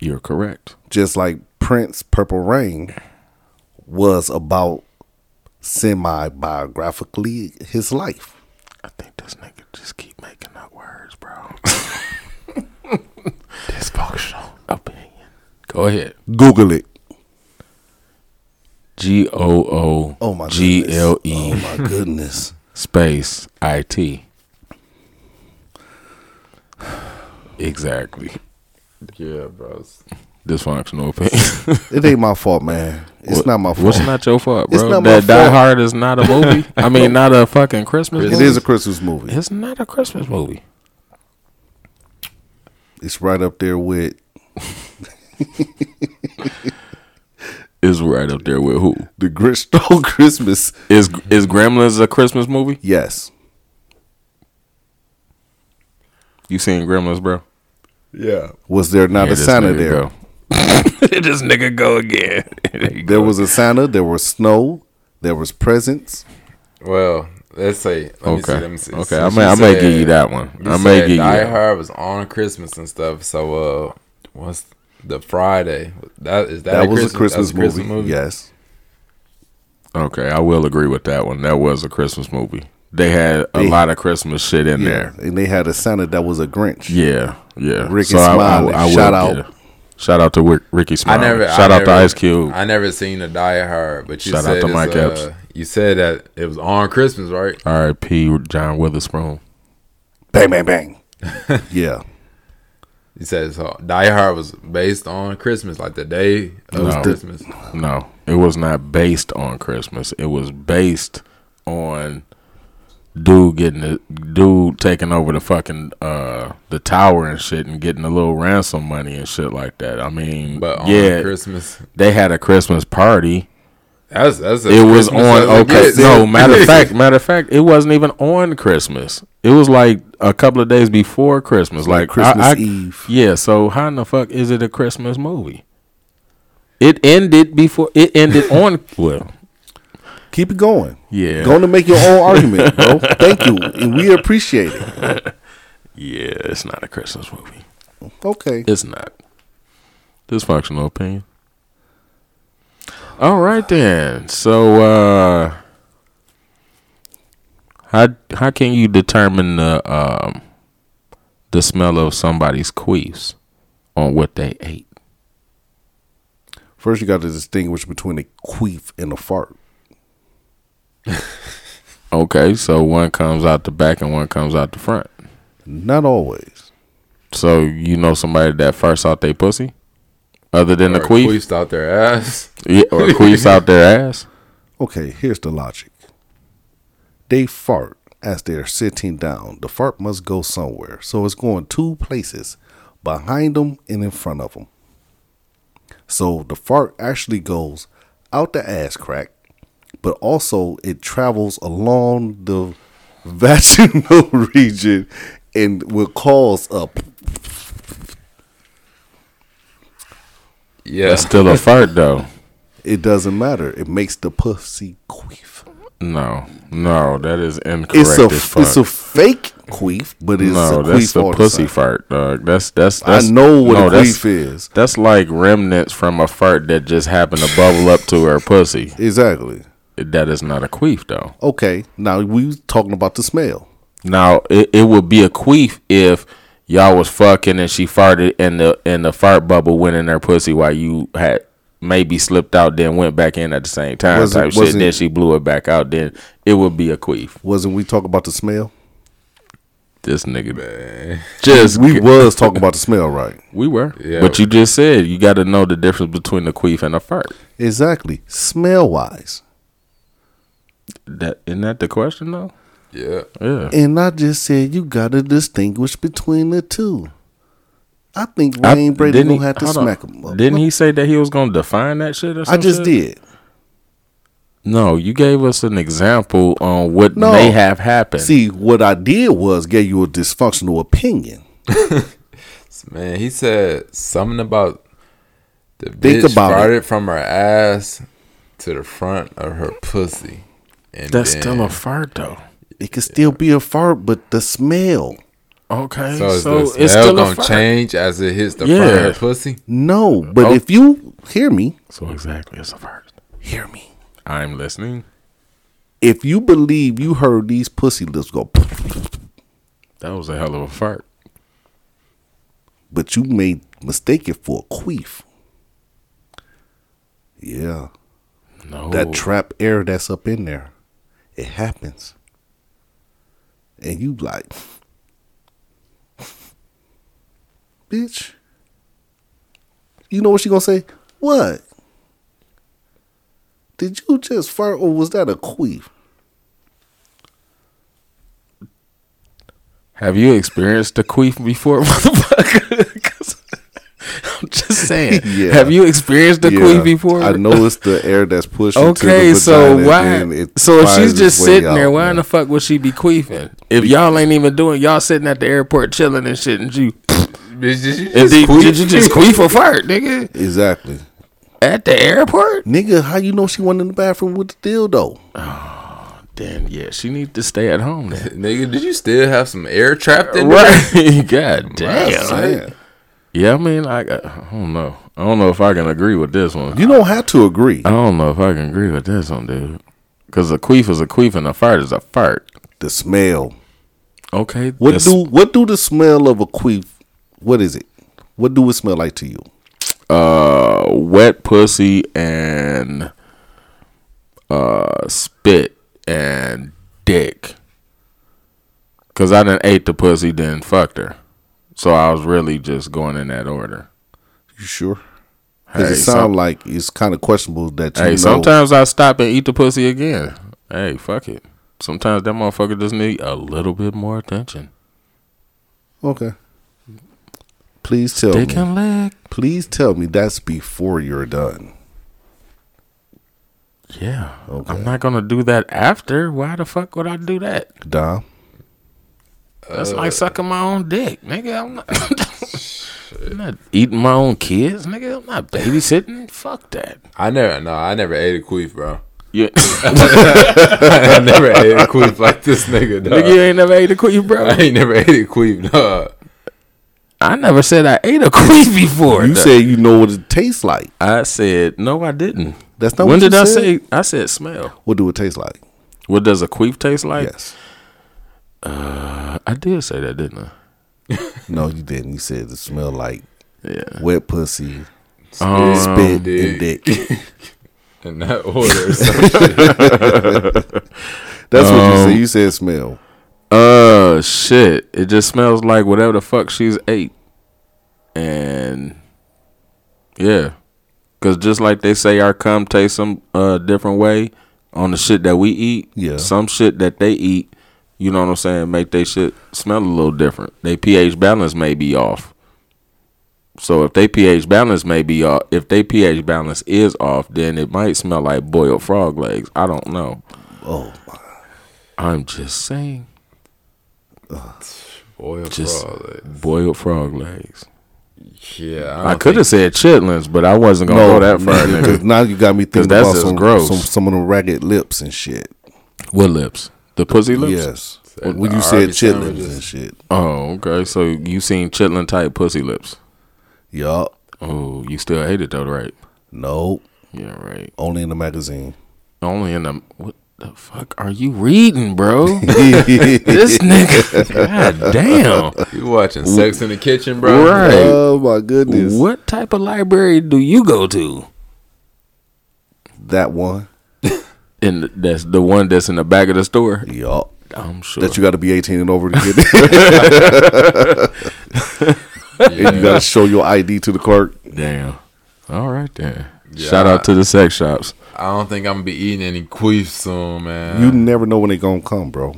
[SPEAKER 2] You're correct.
[SPEAKER 1] Just like Prince Purple Rain was about semi biographically his life.
[SPEAKER 2] I think this nigga just keep making up words, bro.
[SPEAKER 3] Dysfunctional.
[SPEAKER 2] Opinion. Go ahead.
[SPEAKER 1] Google it.
[SPEAKER 2] G O
[SPEAKER 1] Oh my
[SPEAKER 2] O G L
[SPEAKER 1] goodness.
[SPEAKER 2] E
[SPEAKER 1] Oh my goodness.
[SPEAKER 2] space I T. Exactly.
[SPEAKER 3] Yeah, bro.
[SPEAKER 2] Dysfunctional opinion.
[SPEAKER 1] It ain't my fault, man. It's not my fault.
[SPEAKER 2] What's not your fault, bro?
[SPEAKER 1] It's not my
[SPEAKER 2] that Die
[SPEAKER 1] fault.
[SPEAKER 2] Hard is not a movie. I mean, not a fucking Christmas.
[SPEAKER 1] It
[SPEAKER 2] movie.
[SPEAKER 1] is a Christmas movie.
[SPEAKER 2] It's not a Christmas movie.
[SPEAKER 1] It's right up there with
[SPEAKER 2] It's right up there with who?
[SPEAKER 1] The Grinch Stole Christmas.
[SPEAKER 2] Is is Gremlins a Christmas movie?
[SPEAKER 1] Yes.
[SPEAKER 2] You seen Gremlins, bro?
[SPEAKER 1] Yeah. Was there not
[SPEAKER 2] Here
[SPEAKER 1] a
[SPEAKER 2] this
[SPEAKER 1] Santa
[SPEAKER 2] nigga
[SPEAKER 1] there?
[SPEAKER 2] go. this nigga go again.
[SPEAKER 1] There was a Santa. There was snow. There was presents.
[SPEAKER 3] Well, let's say. Let me see.
[SPEAKER 2] okay.
[SPEAKER 3] Let me see.
[SPEAKER 2] Okay,
[SPEAKER 3] Since
[SPEAKER 2] I may
[SPEAKER 3] you
[SPEAKER 2] I may
[SPEAKER 3] said-
[SPEAKER 2] give you that one.
[SPEAKER 3] you
[SPEAKER 2] I may
[SPEAKER 3] said
[SPEAKER 2] give you.
[SPEAKER 3] Die
[SPEAKER 2] That. one.
[SPEAKER 3] Hard was on Christmas and stuff. So, uh, what's the Friday? That is that,
[SPEAKER 1] That,
[SPEAKER 3] a
[SPEAKER 1] was a
[SPEAKER 3] that's
[SPEAKER 1] Christmas, movie. Yes.
[SPEAKER 2] Okay, I will agree with that one. That was a Christmas movie. They had a
[SPEAKER 1] They-
[SPEAKER 2] lot of Christmas shit in there.
[SPEAKER 1] And they had a Santa that was a Grinch.
[SPEAKER 2] Yeah, yeah.
[SPEAKER 1] Ricky Smiley. Shout
[SPEAKER 2] will
[SPEAKER 1] out.
[SPEAKER 2] get it. Shout out to Wick, Ricky
[SPEAKER 3] I
[SPEAKER 2] Smiley.
[SPEAKER 3] never. I
[SPEAKER 2] Shout out
[SPEAKER 3] never-
[SPEAKER 2] to Ice Cube.
[SPEAKER 3] I never seen a Die Hard, but you
[SPEAKER 2] Shout out
[SPEAKER 3] said
[SPEAKER 2] to
[SPEAKER 3] it's,
[SPEAKER 2] Mike
[SPEAKER 3] uh,
[SPEAKER 2] Epps.
[SPEAKER 3] You said that it was on Christmas, right?
[SPEAKER 2] R.I.P. John Witherspoon.
[SPEAKER 1] Bang bang bang. yeah.
[SPEAKER 3] You said it's all, Die Hard was based on Christmas, like the day of
[SPEAKER 2] was the-
[SPEAKER 3] Christmas.
[SPEAKER 2] No, it was not based on Christmas. It was based on dude getting the dude taking over the fucking uh the tower and shit and getting a little ransom money and shit like that. I mean,
[SPEAKER 3] But on
[SPEAKER 2] yeah,
[SPEAKER 3] Christmas,
[SPEAKER 2] they had a Christmas party.
[SPEAKER 3] that's that's. A
[SPEAKER 2] It was
[SPEAKER 3] Christmas
[SPEAKER 2] on
[SPEAKER 3] as it
[SPEAKER 2] okay.
[SPEAKER 3] gets.
[SPEAKER 2] No, matter of fact, matter of fact, it wasn't even on Christmas. It was like a couple of days before Christmas, like,
[SPEAKER 1] Like Christmas
[SPEAKER 2] I- I-
[SPEAKER 1] Eve.
[SPEAKER 2] Yeah, so how in the fuck is it a Christmas movie? It ended before it ended on well.
[SPEAKER 1] Keep it going.
[SPEAKER 2] Yeah.
[SPEAKER 1] Going to make your own argument, bro. Thank you. And we appreciate it.
[SPEAKER 2] Yeah, it's not a Christmas movie.
[SPEAKER 1] Okay.
[SPEAKER 2] It's not. Dysfunctional opinion. All right then. So uh how how can you determine the um the smell of somebody's queefs on what they ate?
[SPEAKER 1] First you gotta distinguish between a queef and a fart.
[SPEAKER 2] Okay, so one comes out the back and one comes out the front.
[SPEAKER 1] Not always.
[SPEAKER 2] So you know somebody that first out they pussy, other than
[SPEAKER 3] Or
[SPEAKER 2] the queef,
[SPEAKER 3] queefs out their ass.
[SPEAKER 2] yeah, or queefs out their ass.
[SPEAKER 1] Okay, here's the logic. They fart as they're sitting down. The fart must go somewhere. So it's going two places behind them and in front of them. So the fart actually goes out the ass crack, but also it travels along the vaginal region and will cause a.
[SPEAKER 3] Yeah,
[SPEAKER 2] That's still a fart though.
[SPEAKER 1] It doesn't matter. It makes the pussy queef.
[SPEAKER 2] No, no, that is incorrect.
[SPEAKER 1] It's a
[SPEAKER 2] as fuck.
[SPEAKER 1] it's a fake queef, but it's
[SPEAKER 2] no,
[SPEAKER 1] a queef
[SPEAKER 2] that's
[SPEAKER 1] all
[SPEAKER 2] a
[SPEAKER 1] the
[SPEAKER 2] pussy
[SPEAKER 1] same.
[SPEAKER 2] fart, dog. That's that's.
[SPEAKER 1] I
[SPEAKER 2] that's
[SPEAKER 1] know what a
[SPEAKER 2] that's-
[SPEAKER 1] queef is.
[SPEAKER 2] That's like remnants from a fart that just happened to bubble up to her pussy.
[SPEAKER 1] Exactly.
[SPEAKER 2] That is not a queef though.
[SPEAKER 1] Okay, now we was talking about the smell.
[SPEAKER 2] Now it, it would be a queef if y'all was fucking and she farted and the and the fart bubble went in her pussy while you had maybe slipped out then went back in at the same time
[SPEAKER 1] Wasn't-
[SPEAKER 2] type shit.
[SPEAKER 1] wasn't-
[SPEAKER 2] Then she blew it back out. Then it would be a queef.
[SPEAKER 1] Wasn't we talking about the smell?
[SPEAKER 2] This nigga just
[SPEAKER 1] We
[SPEAKER 2] we,
[SPEAKER 1] was talking about the smell, right?
[SPEAKER 2] we were.
[SPEAKER 3] Yeah.
[SPEAKER 2] But you just said you got to know the difference between a queef and a fart.
[SPEAKER 1] Exactly. Smell wise,
[SPEAKER 2] That isn't that the question though.
[SPEAKER 3] yeah.
[SPEAKER 2] Yeah.
[SPEAKER 1] and I just said you gotta distinguish between the two. I think Wayne Brady
[SPEAKER 2] didn't
[SPEAKER 1] gonna
[SPEAKER 2] he-
[SPEAKER 1] have to
[SPEAKER 2] hold on.
[SPEAKER 1] smack him up.
[SPEAKER 2] Didn't he say that he was gonna define that shit? Or
[SPEAKER 1] I
[SPEAKER 2] some
[SPEAKER 1] just
[SPEAKER 2] shit?
[SPEAKER 1] did.
[SPEAKER 2] No, you gave us an example on what
[SPEAKER 1] No.
[SPEAKER 2] may have happened.
[SPEAKER 1] See, what I did was gave you a dysfunctional opinion.
[SPEAKER 3] Man, he said something about the
[SPEAKER 1] Think
[SPEAKER 3] bitch
[SPEAKER 1] about
[SPEAKER 3] farted from her ass to the front of her pussy. And
[SPEAKER 2] That's
[SPEAKER 3] then-
[SPEAKER 2] still a fart though.
[SPEAKER 1] It could still be a fart, but the smell.
[SPEAKER 2] Okay,
[SPEAKER 3] So
[SPEAKER 2] so,
[SPEAKER 3] is the
[SPEAKER 2] it's
[SPEAKER 3] smell
[SPEAKER 2] still a
[SPEAKER 3] gonna
[SPEAKER 2] fart.
[SPEAKER 3] change as it hits the
[SPEAKER 2] Yeah.
[SPEAKER 3] frying pussy?
[SPEAKER 1] No, but if you hear me,
[SPEAKER 2] So exactly, it's a fart.
[SPEAKER 1] hear me.
[SPEAKER 2] I'm listening.
[SPEAKER 1] If you believe you heard these pussy lips go,
[SPEAKER 2] That was a hell of a fart.
[SPEAKER 1] but you may mistake it for a queef. Yeah,
[SPEAKER 2] No,
[SPEAKER 1] that trap air that's up in there, it happens. And you like, bitch. You know what she gonna say? What? Did you just fart, or was that a queef?
[SPEAKER 2] Have you experienced a queef before, motherfucker? 'Cause I'm just saying.
[SPEAKER 1] Yeah.
[SPEAKER 2] Have you experienced a
[SPEAKER 1] Yeah,
[SPEAKER 2] queef before?
[SPEAKER 1] I know it's the air that's pushing.
[SPEAKER 2] Okay,
[SPEAKER 1] to the
[SPEAKER 2] so
[SPEAKER 1] vagina, and
[SPEAKER 2] why?
[SPEAKER 1] it
[SPEAKER 2] So if
[SPEAKER 1] finds
[SPEAKER 2] she's
[SPEAKER 1] its
[SPEAKER 2] just
[SPEAKER 1] way
[SPEAKER 2] sitting there,
[SPEAKER 1] out,
[SPEAKER 2] why
[SPEAKER 1] man.
[SPEAKER 2] in the fuck would she be queefing? If y'all ain't even doing, y'all sitting at the airport chilling and shit, and you,
[SPEAKER 3] Did you
[SPEAKER 2] and
[SPEAKER 3] just
[SPEAKER 2] did,
[SPEAKER 3] queef?
[SPEAKER 2] did you just queef a fart, nigga?
[SPEAKER 1] Exactly,
[SPEAKER 2] At the airport?
[SPEAKER 1] nigga. How you know she went in the bathroom with the dildo?
[SPEAKER 2] Damn, yeah, she needs to stay at home then.
[SPEAKER 3] Nigga, did you still have some air trapped in there?
[SPEAKER 2] Right? God damn.
[SPEAKER 1] Man,
[SPEAKER 2] Yeah, I mean, like, I don't know. I don't know if I can agree with this one.
[SPEAKER 1] you don't have to agree.
[SPEAKER 2] I don't know if I can agree with this one, dude. Because a queef is a queef and a fart is a fart.
[SPEAKER 1] The smell.
[SPEAKER 2] Okay.
[SPEAKER 1] What
[SPEAKER 2] this-
[SPEAKER 1] do what do the smell of a queef? What is it? What do it smell like to you?
[SPEAKER 2] uh wet pussy and uh spit and dick. Cause I done ate the pussy, then fucked her. So I was really just going in that order.
[SPEAKER 1] You sure? Because
[SPEAKER 2] Hey,
[SPEAKER 1] it
[SPEAKER 2] some-
[SPEAKER 1] sounds like it's kind of questionable that you
[SPEAKER 2] Hey,
[SPEAKER 1] know.
[SPEAKER 2] sometimes I stop and eat the pussy again. Hey, fuck it. Sometimes that motherfucker just need a little bit more attention.
[SPEAKER 1] Okay. Please tell
[SPEAKER 2] Dick
[SPEAKER 1] me.
[SPEAKER 2] and leg.
[SPEAKER 1] Please tell me that's before you're done.
[SPEAKER 2] Yeah.
[SPEAKER 1] Okay.
[SPEAKER 2] I'm not gonna do that after. Why the fuck would I do that?
[SPEAKER 1] Dom.
[SPEAKER 2] That's like sucking my own dick, nigga. I'm not, I'm not eating my own kids, nigga. I'm not babysitting. Fuck that.
[SPEAKER 3] I never, no, I never ate a queef, bro.
[SPEAKER 2] Yeah,
[SPEAKER 3] I never ate a queef like this nigga, dog.
[SPEAKER 2] nigga, you ain't never ate a queef, bro.
[SPEAKER 3] I ain't never ate a queef, dog.
[SPEAKER 2] I never said I ate a queef before.
[SPEAKER 1] You
[SPEAKER 2] though.
[SPEAKER 1] said you know what it tastes like.
[SPEAKER 2] I said no, I didn't.
[SPEAKER 1] That's not
[SPEAKER 2] when
[SPEAKER 1] what you
[SPEAKER 2] did I
[SPEAKER 1] said.
[SPEAKER 2] say? I said smell.
[SPEAKER 1] What do it taste like?
[SPEAKER 2] What does a queef taste like?
[SPEAKER 1] Yes.
[SPEAKER 2] I- I did say that, didn't I?
[SPEAKER 1] No, you didn't. You said it smelled like
[SPEAKER 2] Yeah.
[SPEAKER 1] wet pussy,
[SPEAKER 2] Um,
[SPEAKER 1] spit, and
[SPEAKER 3] dick.
[SPEAKER 1] dick.
[SPEAKER 3] In that order. or something.
[SPEAKER 1] That's what you
[SPEAKER 2] Um,
[SPEAKER 1] said. You said smell.
[SPEAKER 2] Uh, shit. It just smells like whatever the fuck she's ate. And yeah, cause just like they say, our cum tastes some uh different way on the shit that we eat.
[SPEAKER 1] Yeah.
[SPEAKER 2] some shit that they eat, you know what I'm saying, make they shit smell a little different. They pH balance may be off. So if they pH balance may be off, if they pH balance is off, then it might smell like boiled frog legs. I don't know.
[SPEAKER 1] Oh, my.
[SPEAKER 2] I'm just saying.
[SPEAKER 3] Boiled
[SPEAKER 2] Just-
[SPEAKER 3] frog.
[SPEAKER 2] Boiled frog legs.
[SPEAKER 3] Yeah,
[SPEAKER 2] I
[SPEAKER 3] don't
[SPEAKER 2] could have said chitlins, but I wasn't gonna go that far,
[SPEAKER 1] nigga, 'cause
[SPEAKER 2] nigga.
[SPEAKER 1] now you got me thinking
[SPEAKER 2] that's
[SPEAKER 1] about
[SPEAKER 2] just
[SPEAKER 1] some,
[SPEAKER 2] gross.
[SPEAKER 1] some some of the ragged lips and shit.
[SPEAKER 2] What lips? The pussy lips.
[SPEAKER 1] Yes. When when
[SPEAKER 3] the
[SPEAKER 1] you said
[SPEAKER 3] Arby's
[SPEAKER 1] chitlins
[SPEAKER 3] sandwiches.
[SPEAKER 1] and shit.
[SPEAKER 2] Oh, okay. So you seen chitlin type pussy lips?
[SPEAKER 1] Yup.
[SPEAKER 2] Oh, you still hate it though, right?
[SPEAKER 1] No.
[SPEAKER 2] Yeah, right.
[SPEAKER 1] Only in the magazine.
[SPEAKER 2] Only in the what the fuck are you reading, bro?
[SPEAKER 1] oh
[SPEAKER 2] this nigga, god damn.
[SPEAKER 3] think- You watching Sex in the Kitchen, bro?
[SPEAKER 2] Right.
[SPEAKER 1] Oh, my goodness.
[SPEAKER 2] What type of library do you go to?
[SPEAKER 1] That one.
[SPEAKER 2] And that's the one that's in the back of the store.
[SPEAKER 1] Yup.
[SPEAKER 2] I'm sure.
[SPEAKER 1] That you got to be 18 and over to get it. and you got to show your ID to the clerk.
[SPEAKER 2] damn. All right then.
[SPEAKER 3] Yeah,
[SPEAKER 2] Shout out
[SPEAKER 3] I-
[SPEAKER 2] to the sex shops.
[SPEAKER 3] I don't think I'm gonna be eating any queef soon, man.
[SPEAKER 1] You never know when they going to come, bro.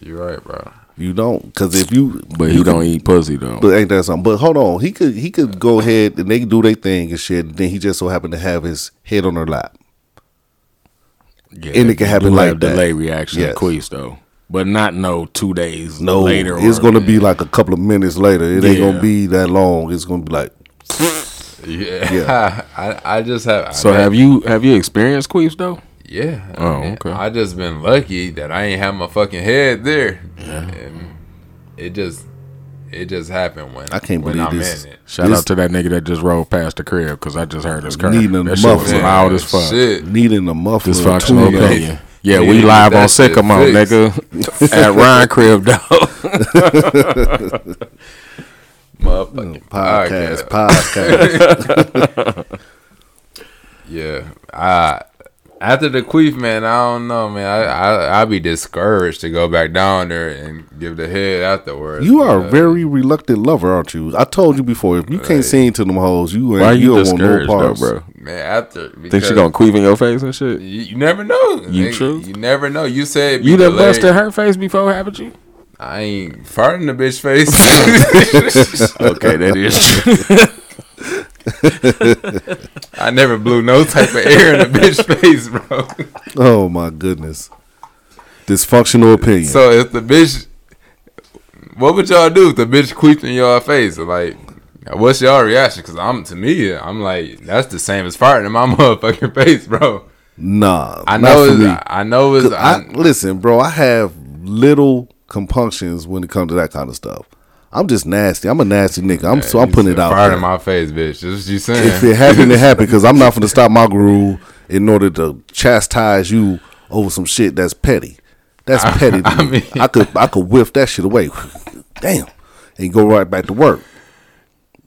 [SPEAKER 3] You're right, bro.
[SPEAKER 1] You don't. Because if you.
[SPEAKER 2] But he don't eat pussy though.
[SPEAKER 1] But ain't that something? But hold on, he could he could go ahead and they do their thing and shit. And then he just so happened to have his head on her lap.
[SPEAKER 2] Yeah,
[SPEAKER 1] And it can
[SPEAKER 2] you
[SPEAKER 1] happen
[SPEAKER 2] do
[SPEAKER 1] like
[SPEAKER 2] have
[SPEAKER 1] that.
[SPEAKER 2] delay reaction
[SPEAKER 1] Yes.
[SPEAKER 2] to queefs though, but not no two days
[SPEAKER 1] No,
[SPEAKER 2] later.
[SPEAKER 1] it's
[SPEAKER 2] or-
[SPEAKER 1] gonna be like a couple of minutes later. It ain't
[SPEAKER 2] Yeah.
[SPEAKER 1] gonna be that long. It's gonna be like
[SPEAKER 3] Yeah, I, I just have.
[SPEAKER 2] So have you have you experienced queefs though?
[SPEAKER 3] Yeah.
[SPEAKER 2] Oh,
[SPEAKER 3] I mean,
[SPEAKER 2] okay.
[SPEAKER 3] I just been lucky that I ain't have my fucking head there. And it just it just happened when
[SPEAKER 1] I can't
[SPEAKER 3] when
[SPEAKER 1] believe
[SPEAKER 3] I'm
[SPEAKER 1] this.
[SPEAKER 3] in it.
[SPEAKER 2] Shout
[SPEAKER 1] This-
[SPEAKER 2] out to that nigga that just rolled past the crib because I just heard his car.
[SPEAKER 1] Needing
[SPEAKER 2] That shit was
[SPEAKER 1] muffler.
[SPEAKER 2] loud as fuck. Mm.
[SPEAKER 3] Shit.
[SPEAKER 1] Needing a muffler.
[SPEAKER 2] Dysfunctional
[SPEAKER 1] too, yo.
[SPEAKER 2] opinion. Yeah, we
[SPEAKER 3] Yeah,
[SPEAKER 2] live on
[SPEAKER 3] that shit
[SPEAKER 2] Sycamore,
[SPEAKER 3] fixed.
[SPEAKER 2] nigga. At Ryan Crib, dog.
[SPEAKER 3] Motherfucking
[SPEAKER 1] Podcast, podcast.
[SPEAKER 3] Yeah. I after the queef, man, I don't know, man. I I I be discouraged to go back down there and give the head afterwards.
[SPEAKER 1] You are a
[SPEAKER 3] but-
[SPEAKER 1] very reluctant lover, aren't you? I told you before. If you can't sing to them hoes, you ain't.
[SPEAKER 2] Why are
[SPEAKER 1] you
[SPEAKER 2] you
[SPEAKER 1] don't want no
[SPEAKER 2] discouraged, though,
[SPEAKER 1] parts,
[SPEAKER 2] bro?
[SPEAKER 3] man after
[SPEAKER 2] Think
[SPEAKER 3] because
[SPEAKER 2] she gonna queef in your face and shit?
[SPEAKER 3] you, you never know.
[SPEAKER 2] You
[SPEAKER 3] Nigga,
[SPEAKER 2] true?
[SPEAKER 3] You never know. You said
[SPEAKER 2] You done
[SPEAKER 3] the
[SPEAKER 2] busted her face before, haven't you?
[SPEAKER 3] I ain't farting the bitch face.
[SPEAKER 2] Okay, that is true.
[SPEAKER 3] I never blew no type of air in a bitch face, bro.
[SPEAKER 1] Oh my goodness. Dysfunctional opinion.
[SPEAKER 3] So if the bitch, what would y'all do if the bitch queefed in y'all face? Like, what's y'all reaction? Because I'm to me, I'm like that's the same as farting in my motherfucking face, bro.
[SPEAKER 1] nah,
[SPEAKER 3] I
[SPEAKER 1] not
[SPEAKER 3] know,
[SPEAKER 1] for
[SPEAKER 3] it's,
[SPEAKER 1] me.
[SPEAKER 3] I, I know, it's,
[SPEAKER 1] 'Cause I,
[SPEAKER 3] I,
[SPEAKER 1] listen, bro. I have little compunctions when it comes to that kind of stuff. I'm just nasty. I'm a nasty nigga. I'm so I'm
[SPEAKER 3] you
[SPEAKER 1] putting it
[SPEAKER 3] said
[SPEAKER 1] out.
[SPEAKER 3] Fart
[SPEAKER 1] there.
[SPEAKER 3] in my face, bitch. That's what you
[SPEAKER 1] if
[SPEAKER 3] saying.
[SPEAKER 1] it happened, it happened. Because I'm not going to stop my groove in order to chastise you over some shit that's petty. That's petty. To me. I,
[SPEAKER 3] mean-
[SPEAKER 1] could I could whiff that shit away. Damn, and go right back to work.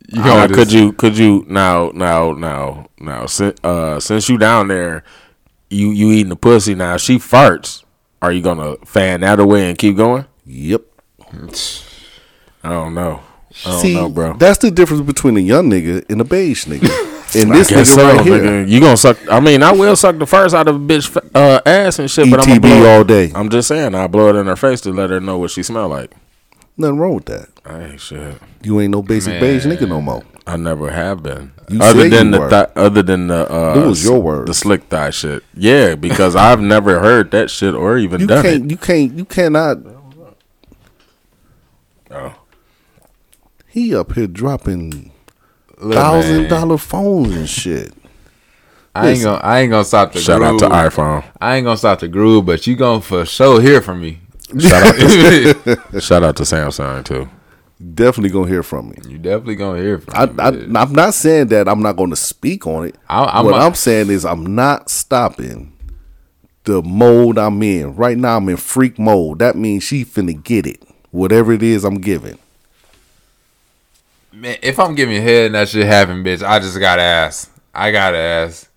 [SPEAKER 3] You
[SPEAKER 2] now,
[SPEAKER 3] gonna
[SPEAKER 2] could you? Could you? Now, now, now, now. Since uh, since you down there, you you eating the pussy. Now if she farts. Are you gonna fan that away and keep going?
[SPEAKER 1] Yep.
[SPEAKER 2] I don't know. I don't know, bro.
[SPEAKER 1] that's the difference between a young nigga and a beige nigga. And this nigga
[SPEAKER 2] Guess so,
[SPEAKER 1] right here,
[SPEAKER 2] nigga. You gonna suck? I mean, I will suck the first out of a bitch fa- uh, ass and shit, but I'm
[SPEAKER 1] ETB
[SPEAKER 2] gonna blow
[SPEAKER 1] E all day.
[SPEAKER 2] I'm just saying, I blow it in her face to let her know what she smell like.
[SPEAKER 1] nothing wrong with that.
[SPEAKER 2] I ain't shit.
[SPEAKER 1] You ain't no basic beige nigga no more.
[SPEAKER 2] I never have been.
[SPEAKER 1] You
[SPEAKER 2] other
[SPEAKER 1] said
[SPEAKER 2] than
[SPEAKER 1] you
[SPEAKER 2] the
[SPEAKER 1] were.
[SPEAKER 2] thigh, other than the uh,
[SPEAKER 1] It was your
[SPEAKER 2] s-
[SPEAKER 1] words.
[SPEAKER 2] the slick thigh shit. Yeah, because I've never heard that shit or even
[SPEAKER 1] You
[SPEAKER 2] done
[SPEAKER 1] can't.
[SPEAKER 2] it.
[SPEAKER 1] You can't. You cannot.
[SPEAKER 2] Oh.
[SPEAKER 1] He up here dropping
[SPEAKER 3] Look,
[SPEAKER 1] thousand
[SPEAKER 3] man,
[SPEAKER 1] dollar phones and shit.
[SPEAKER 3] I ain't gonna, I ain't gonna stop the
[SPEAKER 2] Shout
[SPEAKER 3] groove.
[SPEAKER 2] out to iPhone.
[SPEAKER 3] I ain't gonna stop the groove, but you gonna for sure hear from me.
[SPEAKER 2] Shout out
[SPEAKER 3] you
[SPEAKER 2] to shout out to Samsung too.
[SPEAKER 1] Definitely gonna hear from me.
[SPEAKER 3] definitely gonna hear from
[SPEAKER 1] I,
[SPEAKER 3] me.
[SPEAKER 1] I,
[SPEAKER 3] bitch.
[SPEAKER 1] I'm not saying that I'm not going to speak on it.
[SPEAKER 3] I- I'm
[SPEAKER 1] what
[SPEAKER 3] a-
[SPEAKER 1] i I'm saying is I'm not stopping the mode I'm in. Right now I'm in freak mode. That means she finna get it. Whatever it is I'm giving.
[SPEAKER 3] Man, if I'm giving head and that shit happen, bitch, I just gotta ask. I gotta ask.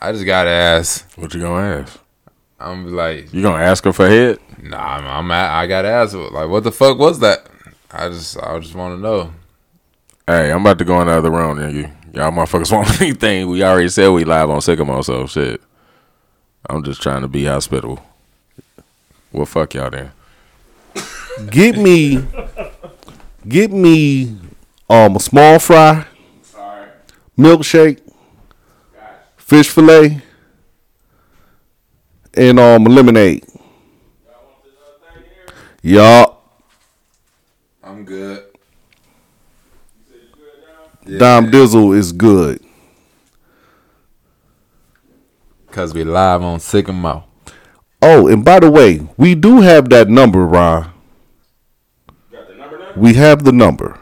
[SPEAKER 3] I just gotta ask.
[SPEAKER 2] What you gonna ask?
[SPEAKER 3] I'm be like,
[SPEAKER 2] You gonna ask her for head?
[SPEAKER 3] nah, I'm, I'm at, I gotta ask. Like, what the fuck was that? I just, I just want to know.
[SPEAKER 2] Hey, I'm about to go in the other room, nigga. Y'all motherfuckers want anything? We already said we live on Sycamore, so shit. I'm just trying to be hospitable. Well, fuck y'all then.
[SPEAKER 1] Get me get me um a small fry, milkshake, fish fillet, and um lemonade. Y'all
[SPEAKER 3] I'm good.
[SPEAKER 1] Dom Dizzle is good.
[SPEAKER 3] Cause we live on Sycamore.
[SPEAKER 1] Oh, and by the way, we do have that number, Ron. We have the number.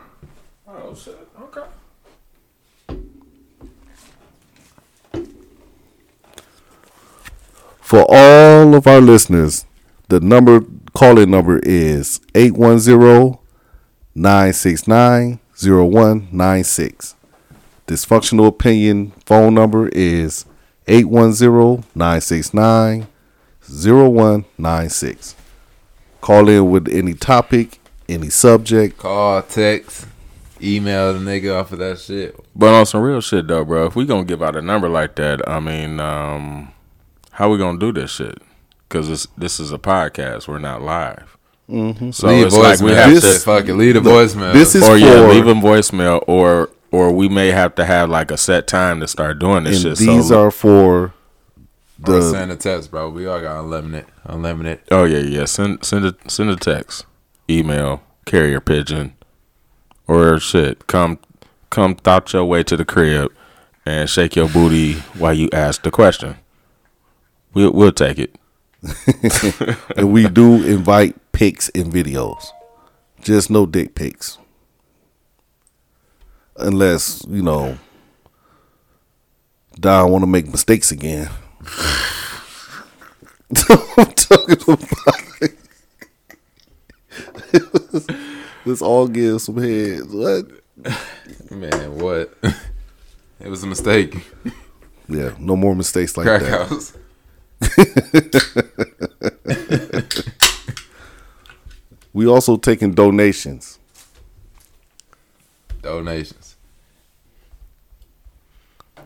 [SPEAKER 1] For all of our listeners, the number call-in number is 810-969-0196. Dysfunctional opinion phone number is 810-969 0196. Call in with any topic, any subject.
[SPEAKER 2] Uh,
[SPEAKER 3] Call, text, email the nigga off of that shit.
[SPEAKER 2] But on some real shit though, bro, if we gonna give out a number like that, I mean, um, how we gonna do this shit? Because this this is a podcast. We're not live. Mm-hmm. So
[SPEAKER 3] Leave
[SPEAKER 2] it's like we
[SPEAKER 3] voicemail.
[SPEAKER 2] have
[SPEAKER 1] Oh, This-
[SPEAKER 2] to,
[SPEAKER 3] Fuck it, leave the voicemail.
[SPEAKER 1] This is
[SPEAKER 2] or oh, yeah,
[SPEAKER 1] for
[SPEAKER 2] leave them voicemail, or or we may have to have like a set time to start doing this
[SPEAKER 1] and
[SPEAKER 2] shit.
[SPEAKER 1] these
[SPEAKER 2] so,
[SPEAKER 1] are for
[SPEAKER 3] Or
[SPEAKER 1] the
[SPEAKER 3] send a text, bro. We all got unlimited, unlimited.
[SPEAKER 2] oh yeah, yeah. Send send a send a text, email, carrier pigeon, or shit. Come come thought your way to the crib and shake your booty while you ask the question. We'll we'll take it.
[SPEAKER 1] and we do invite pics and videos. Just no dick pics. Unless, you know, Don want to make mistakes again. I'm talking about. Let's all give some heads. What?
[SPEAKER 3] Man, what? it was a mistake.
[SPEAKER 1] Yeah, no more mistakes like
[SPEAKER 3] Crack
[SPEAKER 1] that.
[SPEAKER 3] house.
[SPEAKER 1] We also taking donations.
[SPEAKER 3] Donations.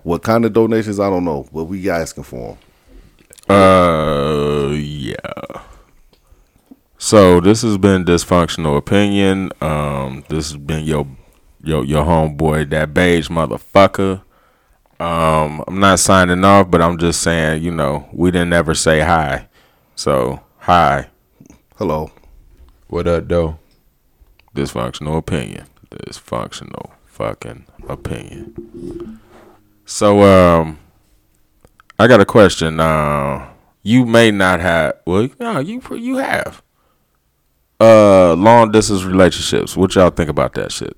[SPEAKER 1] What kind of donations? I don't know, but we asking for them.
[SPEAKER 2] Uh, yeah. So this has been dysfunctional opinion. Um, this has been your your your homeboy that beige motherfucker. Um, I'm not signing off, but I'm just saying, you know, we didn't ever say hi. So hi,
[SPEAKER 1] Hello.
[SPEAKER 3] What up, though?
[SPEAKER 2] dysfunctional opinion. Dysfunctional fucking opinion. So um, I got a question. Uh, you may not have. Well, no, you pr- you have. Uh, long distance relationships. What y'all think about that shit?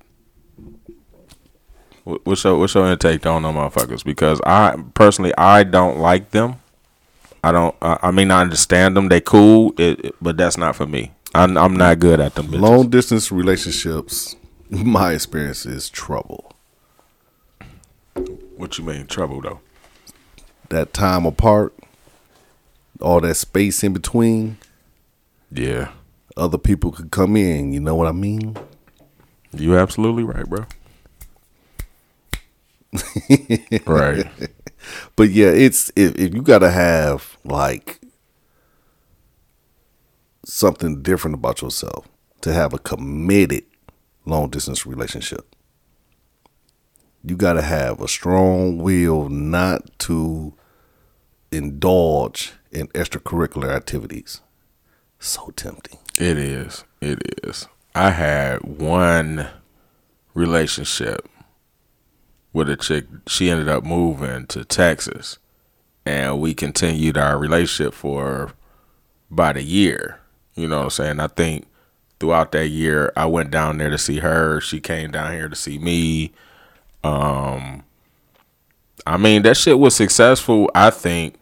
[SPEAKER 2] Wh- What's your what's your intake on them motherfuckers? Because I personally I don't like them. I don't. I, I mean I understand them. They cool, it, it- but that's not for me. I'm I'm not good at them. Bitches.
[SPEAKER 1] Long distance relationships, my experience is trouble.
[SPEAKER 2] What you mean trouble though?
[SPEAKER 1] That time apart, all that space in between,
[SPEAKER 2] Yeah,
[SPEAKER 1] other people could come in. You know what I mean?
[SPEAKER 2] you absolutely right, bro. right.
[SPEAKER 1] But yeah, it's if, if you gotta have like something different about yourself to have a committed long distance relationship. You gotta have a strong will not to indulge in extracurricular activities. So tempting.
[SPEAKER 2] It is. It is. I had one relationship with a chick. She ended up moving to Texas, and we continued our relationship for about a year. You know what I'm saying? I think throughout that year, I went down there to see her. She came down here to see me. Um, I mean, that shit was successful, I think.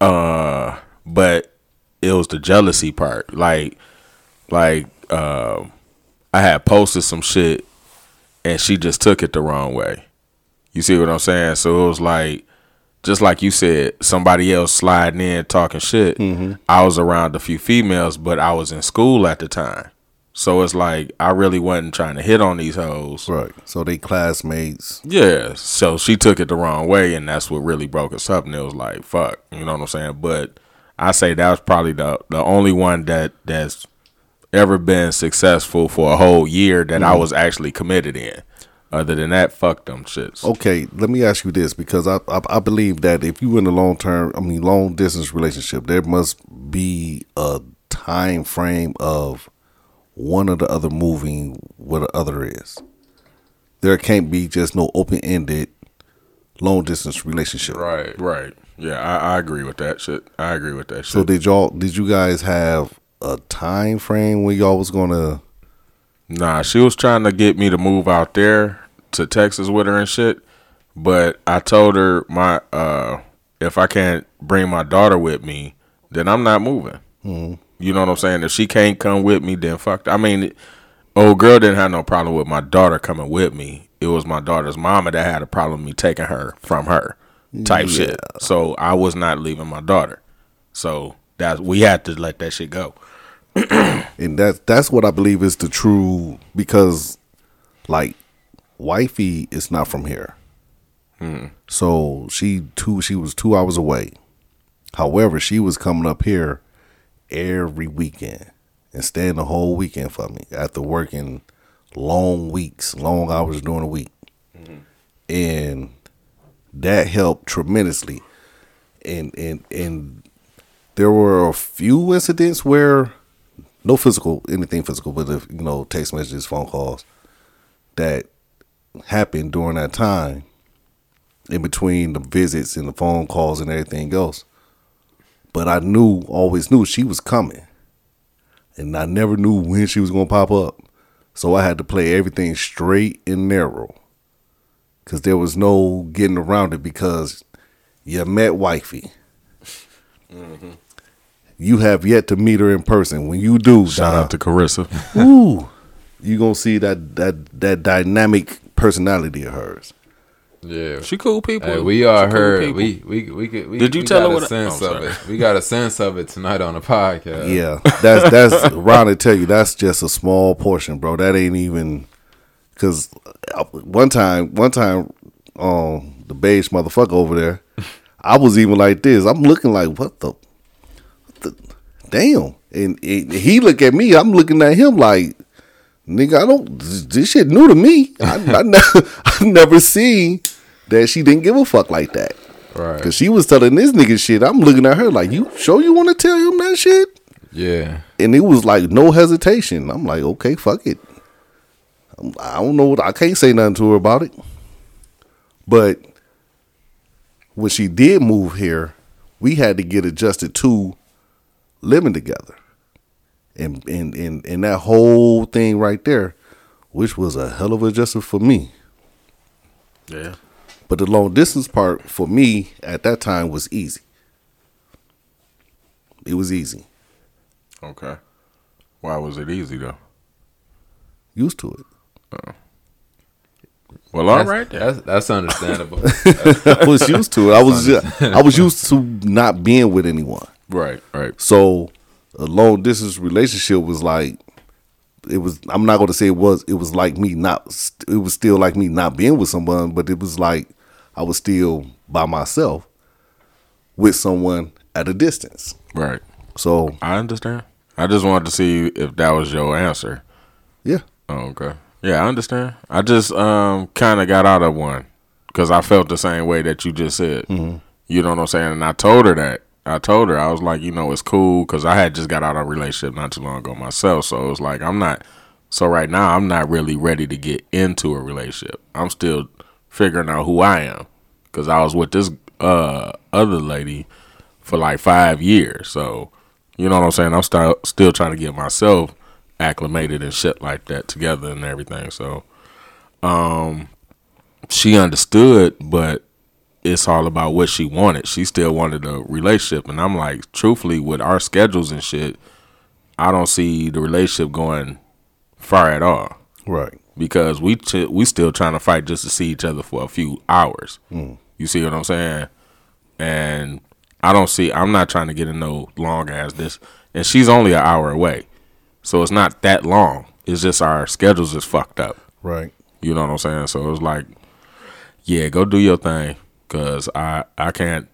[SPEAKER 2] Uh, but it was the jealousy part. Like, like, um, I had posted some shit, and she just took it the wrong way. You see what I'm saying? So it was like, just like you said, somebody else sliding in talking shit. I was around a few females, but I was in school at the time. So it's like I really wasn't trying to hit on these hoes.
[SPEAKER 1] Right. So they classmates.
[SPEAKER 2] Yeah, so she took it the wrong way, and that's what really broke us up. And it was like, fuck, you know what I'm saying? But I say that was probably the the only one that that's ever been successful for a whole year that I was actually committed in. Other than that, fuck them shits.
[SPEAKER 1] Okay, let me ask you this because I I, I believe that if you in a long term, I mean long distance relationship, there must be a time frame of one or the other moving where the other is. There can't be just no open ended long distance relationship.
[SPEAKER 3] Right.
[SPEAKER 2] Right? Yeah, I, I agree with that shit. I agree with that shit.
[SPEAKER 1] So did y'all did you guys have a time frame when y'all was gonna
[SPEAKER 2] Nah, she was trying to get me to move out there to Texas with her and shit. But I told her my uh if I can't bring my daughter with me, then I'm not moving. You know what I'm saying? If she can't come with me, then fuck. I mean, old girl didn't have no problem with my daughter coming with me. It was my daughter's mama that had a problem with me taking her from her type shit. So I was not leaving my daughter. So that's we had to let that shit go.
[SPEAKER 1] and that that's what I believe is the true because like wifey is not from here. So she two she was two hours away. However, she was coming up here every weekend and staying the whole weekend for me after working long weeks, long hours during the week. And that helped tremendously. And and and there were a few incidents where no physical anything physical but if you know text messages phone calls that happened during that time in between the visits and the phone calls and everything else But I knew, always knew she was coming. And I never knew when she was going to pop up. So I had to play everything straight and narrow. Because there was no getting around it because you met wifey. Mm-hmm. You have yet to meet her in person. When you do,
[SPEAKER 2] shout
[SPEAKER 1] Donna,
[SPEAKER 2] out to Carissa.
[SPEAKER 1] Ooh, you gonna see that that that dynamic personality of hers.
[SPEAKER 3] Yeah,
[SPEAKER 2] She cool people.
[SPEAKER 3] Hey, we are
[SPEAKER 2] She cool
[SPEAKER 3] her.
[SPEAKER 2] people.
[SPEAKER 3] we we we could. We,
[SPEAKER 2] Did you
[SPEAKER 3] we
[SPEAKER 2] tell
[SPEAKER 3] got
[SPEAKER 2] her
[SPEAKER 3] a
[SPEAKER 2] what I-
[SPEAKER 3] sense
[SPEAKER 2] Oh,
[SPEAKER 3] of
[SPEAKER 2] sorry.
[SPEAKER 3] it? We got a sense of it tonight on the podcast.
[SPEAKER 1] Yeah, that's that's Ron. I tell you, that's just a small portion, bro. That ain't even because one time, one time, um, the beige motherfucker over there, I was even like this. I'm looking like what the, what the damn, and, and he look at me. I'm looking at him like. Nigga, I don't. This this shit new to me. I, I never, I never seen that she didn't give a fuck like that. Cause
[SPEAKER 3] Right.
[SPEAKER 1] she was telling this nigga shit. I'm looking at her like, you sure you want to tell him that shit?
[SPEAKER 3] Yeah.
[SPEAKER 1] And it was like no hesitation. I'm like, okay, fuck it. I'm- I don't know what I can't say nothing to her about it. But when she did move here, we had to get adjusted to living together. And and and, and that whole thing right there, which was a hell of a adjustment for me.
[SPEAKER 2] Yeah.
[SPEAKER 1] But the long distance part for me at that time was easy. It was easy.
[SPEAKER 2] Okay. Why was it easy though?
[SPEAKER 1] Used to it.
[SPEAKER 2] Well, all
[SPEAKER 3] That's,
[SPEAKER 2] right. then.
[SPEAKER 3] That's that's understandable.
[SPEAKER 1] I was used to it. I was just, I was used to not being with anyone.
[SPEAKER 2] right. Right.
[SPEAKER 1] So a long distance relationship was like it was I'm not going to say it was it was like me not it was still like me not being with someone, but it was like I was still by myself with someone at a distance.
[SPEAKER 2] Right.
[SPEAKER 1] So,
[SPEAKER 2] I understand. I just wanted to see if that was your answer.
[SPEAKER 1] yeah.
[SPEAKER 2] Oh, okay. Yeah, I understand. I just um kind of got out of one because I felt the same way that you just said. You know what I'm saying? And I told her that. I told her I was like, you know, it's cool because I had just got out of a relationship not too long ago myself. So it was like I'm not. So right now I'm not really ready to get into a relationship. I'm still figuring out who I am because I was with this uh other lady for like five years. So you know what I'm saying? I'm still still trying to get myself acclimated and shit like that together and everything. So um she understood, but it's all about what she wanted. She still wanted a relationship and I'm like, truthfully with our schedules and shit, I don't see the relationship going far at all
[SPEAKER 1] Right.
[SPEAKER 2] because we t- we still trying to fight just to see each other for a few hours. You see what I'm saying? And I don't see. I'm not trying to get in no long as this. And she's only an hour away, so it's not that long. It's just our schedules is fucked up.
[SPEAKER 1] Right.
[SPEAKER 2] You know what I'm saying? So it was like, yeah, go do your thing, cause I I can't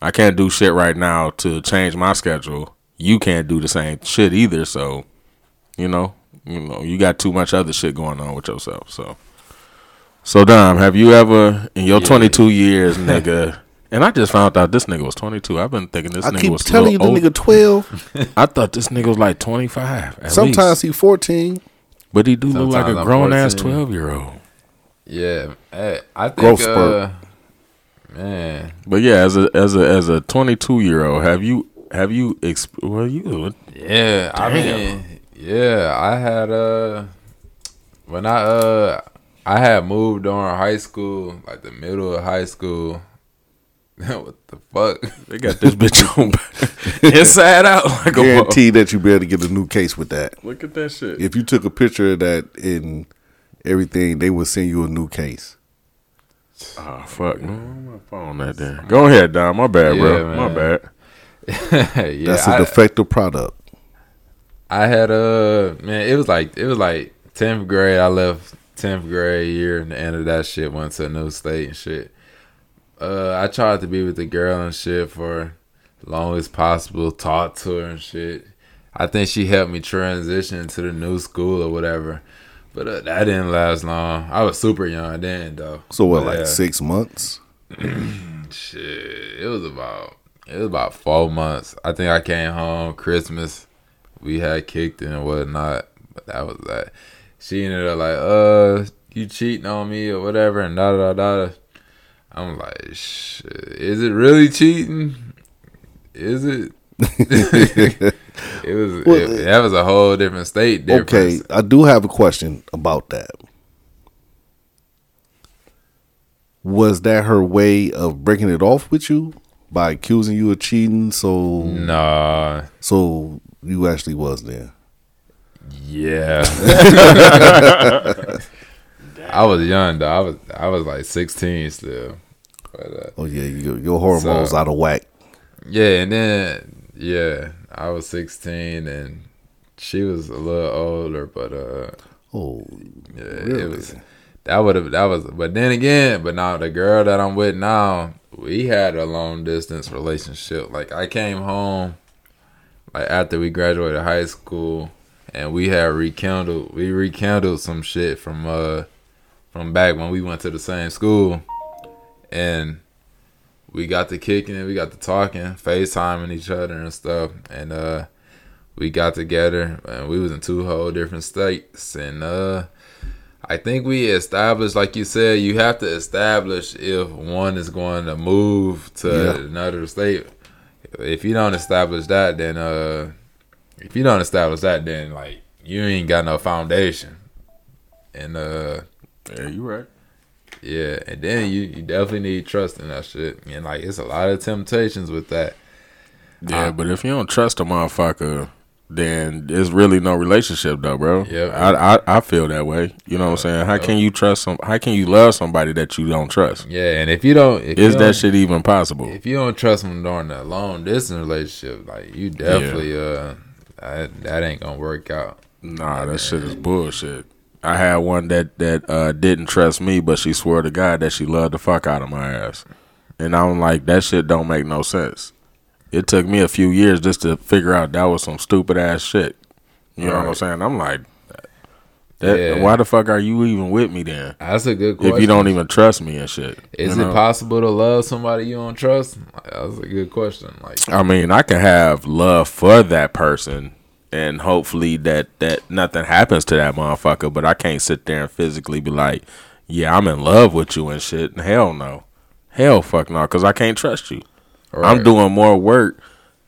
[SPEAKER 2] I can't do shit right now to change my schedule. You can't do the same shit either. So, you know, you know, you got too much other shit going on with yourself. So, so Dom, have you ever in your 22 years, nigga? And I just found out this nigga was 22. I've been thinking this
[SPEAKER 1] I
[SPEAKER 2] nigga
[SPEAKER 1] keep
[SPEAKER 2] was
[SPEAKER 1] telling you the
[SPEAKER 2] little
[SPEAKER 1] nigga 12,
[SPEAKER 2] old. I thought this nigga was like 25. At
[SPEAKER 1] sometimes
[SPEAKER 2] least.
[SPEAKER 1] he 14.
[SPEAKER 2] but he do look like
[SPEAKER 3] Sometimes
[SPEAKER 2] a
[SPEAKER 3] I'm
[SPEAKER 2] grown ass
[SPEAKER 3] 14.
[SPEAKER 2] 12 year old.
[SPEAKER 3] yeah. Hey, I think.
[SPEAKER 1] Growth spurt.
[SPEAKER 3] Uh, man.
[SPEAKER 2] But yeah, as a as a as a 22 year old, have you have you exp- well you
[SPEAKER 3] Yeah. I
[SPEAKER 2] Damn.
[SPEAKER 3] mean. Yeah. I had uh when I uh I had moved during high school, like the middle of high school. what the fuck?
[SPEAKER 2] they got this bitch on inside out like a mother-
[SPEAKER 1] Guarantee that you better get a new case with that.
[SPEAKER 2] Look at that shit.
[SPEAKER 1] If you took a picture of that in everything, they would send you a new case.
[SPEAKER 2] Oh fuck, no, my phone that there. Go ahead, Don. My bad, bro.
[SPEAKER 3] Yeah,
[SPEAKER 2] My
[SPEAKER 3] man.
[SPEAKER 2] bad.
[SPEAKER 3] yeah.
[SPEAKER 1] That's
[SPEAKER 3] I-
[SPEAKER 1] a defective product.
[SPEAKER 3] I had uh, man, it was like it was like tenth grade. I left tenth grade year and the end of that shit went to a new state and shit. Uh, I tried to be with the girl and shit for long as possible. Talked to her and shit. I think she helped me transition to the new school or whatever. But uh, that didn't last long. I was super young then, though.
[SPEAKER 1] So what,
[SPEAKER 3] But,
[SPEAKER 1] like
[SPEAKER 3] yeah,
[SPEAKER 1] six months?
[SPEAKER 3] Shit, it was about it was about four months. I think I came home Christmas. We had kicked it and whatnot, but that was that. She ended up like, uh, you cheating on me or whatever, and da da da. da. I'm like, shit, is it really cheating? Is it? it was
[SPEAKER 1] Well,
[SPEAKER 3] it- that was a whole different state.
[SPEAKER 1] Okay,
[SPEAKER 3] Difference.
[SPEAKER 1] I do have a question about that. Was that her way of breaking it off with you by accusing you of cheating? So,
[SPEAKER 3] Mm. Nah.
[SPEAKER 1] so you actually was there.
[SPEAKER 3] Yeah. I was young though. I was I was like sixteen still.
[SPEAKER 1] Oh yeah, your, your hormones
[SPEAKER 3] So-
[SPEAKER 1] out of whack.
[SPEAKER 3] Yeah, and then yeah, I was sixteen and she was a little older, but uh
[SPEAKER 1] Oh,
[SPEAKER 3] yeah,
[SPEAKER 1] Really?
[SPEAKER 3] it was that would have that was but then again, but now the girl that I'm with now, we had a long distance relationship. Like I came home like after we graduated high school and we had rekindled we rekindled some shit from uh from back when we went to the same school and we got to kicking and we got to talking, FaceTiming each other and stuff and uh we got together and we was in two whole different states and uh I think we established, like you said, you have to establish if one is going to move to
[SPEAKER 1] Yeah.
[SPEAKER 3] another state. If you don't establish that, then uh, if you don't establish that, then like you ain't got no foundation. And uh,
[SPEAKER 2] Yeah, you right.
[SPEAKER 3] yeah, and then you, you definitely need trust in that shit. And like it's a lot of temptations with that.
[SPEAKER 2] Yeah, Ah, but if you don't trust a motherfucker, then it's really no relationship though, bro.
[SPEAKER 3] Yeah.
[SPEAKER 2] I, I I feel that way. You know what I'm saying? How can you trust some? How can you love somebody that you don't trust?
[SPEAKER 3] Yeah, and if you don't, if you
[SPEAKER 2] Is
[SPEAKER 3] don't-
[SPEAKER 2] that shit even possible?
[SPEAKER 3] If you don't trust them during a long distance relationship, like you definitely uh that, that ain't gonna work out.
[SPEAKER 2] Nah, that shit is bullshit. I had one that that uh, didn't trust me, but she swore to God that she loved the fuck out of my ass, and I'm like, that shit don't make no sense. It took me a few years just to figure out that was some stupid ass shit. You know what I'm
[SPEAKER 3] Right.
[SPEAKER 2] saying? I'm like, that,
[SPEAKER 3] Yeah.
[SPEAKER 2] why the fuck are you even with me then?
[SPEAKER 3] That's a good question.
[SPEAKER 2] If you don't even trust me and shit,
[SPEAKER 3] is
[SPEAKER 2] you
[SPEAKER 3] it
[SPEAKER 2] know?
[SPEAKER 3] possible to love somebody you don't trust? Like, that's a good question. Like
[SPEAKER 2] I mean, I can have love for that person, and hopefully that that nothing happens to that motherfucker. But I can't sit there and physically be like, "Yeah, I'm in love with you" and shit. Hell no, hell fuck no, because I can't trust you. I'm
[SPEAKER 3] right.
[SPEAKER 2] doing more work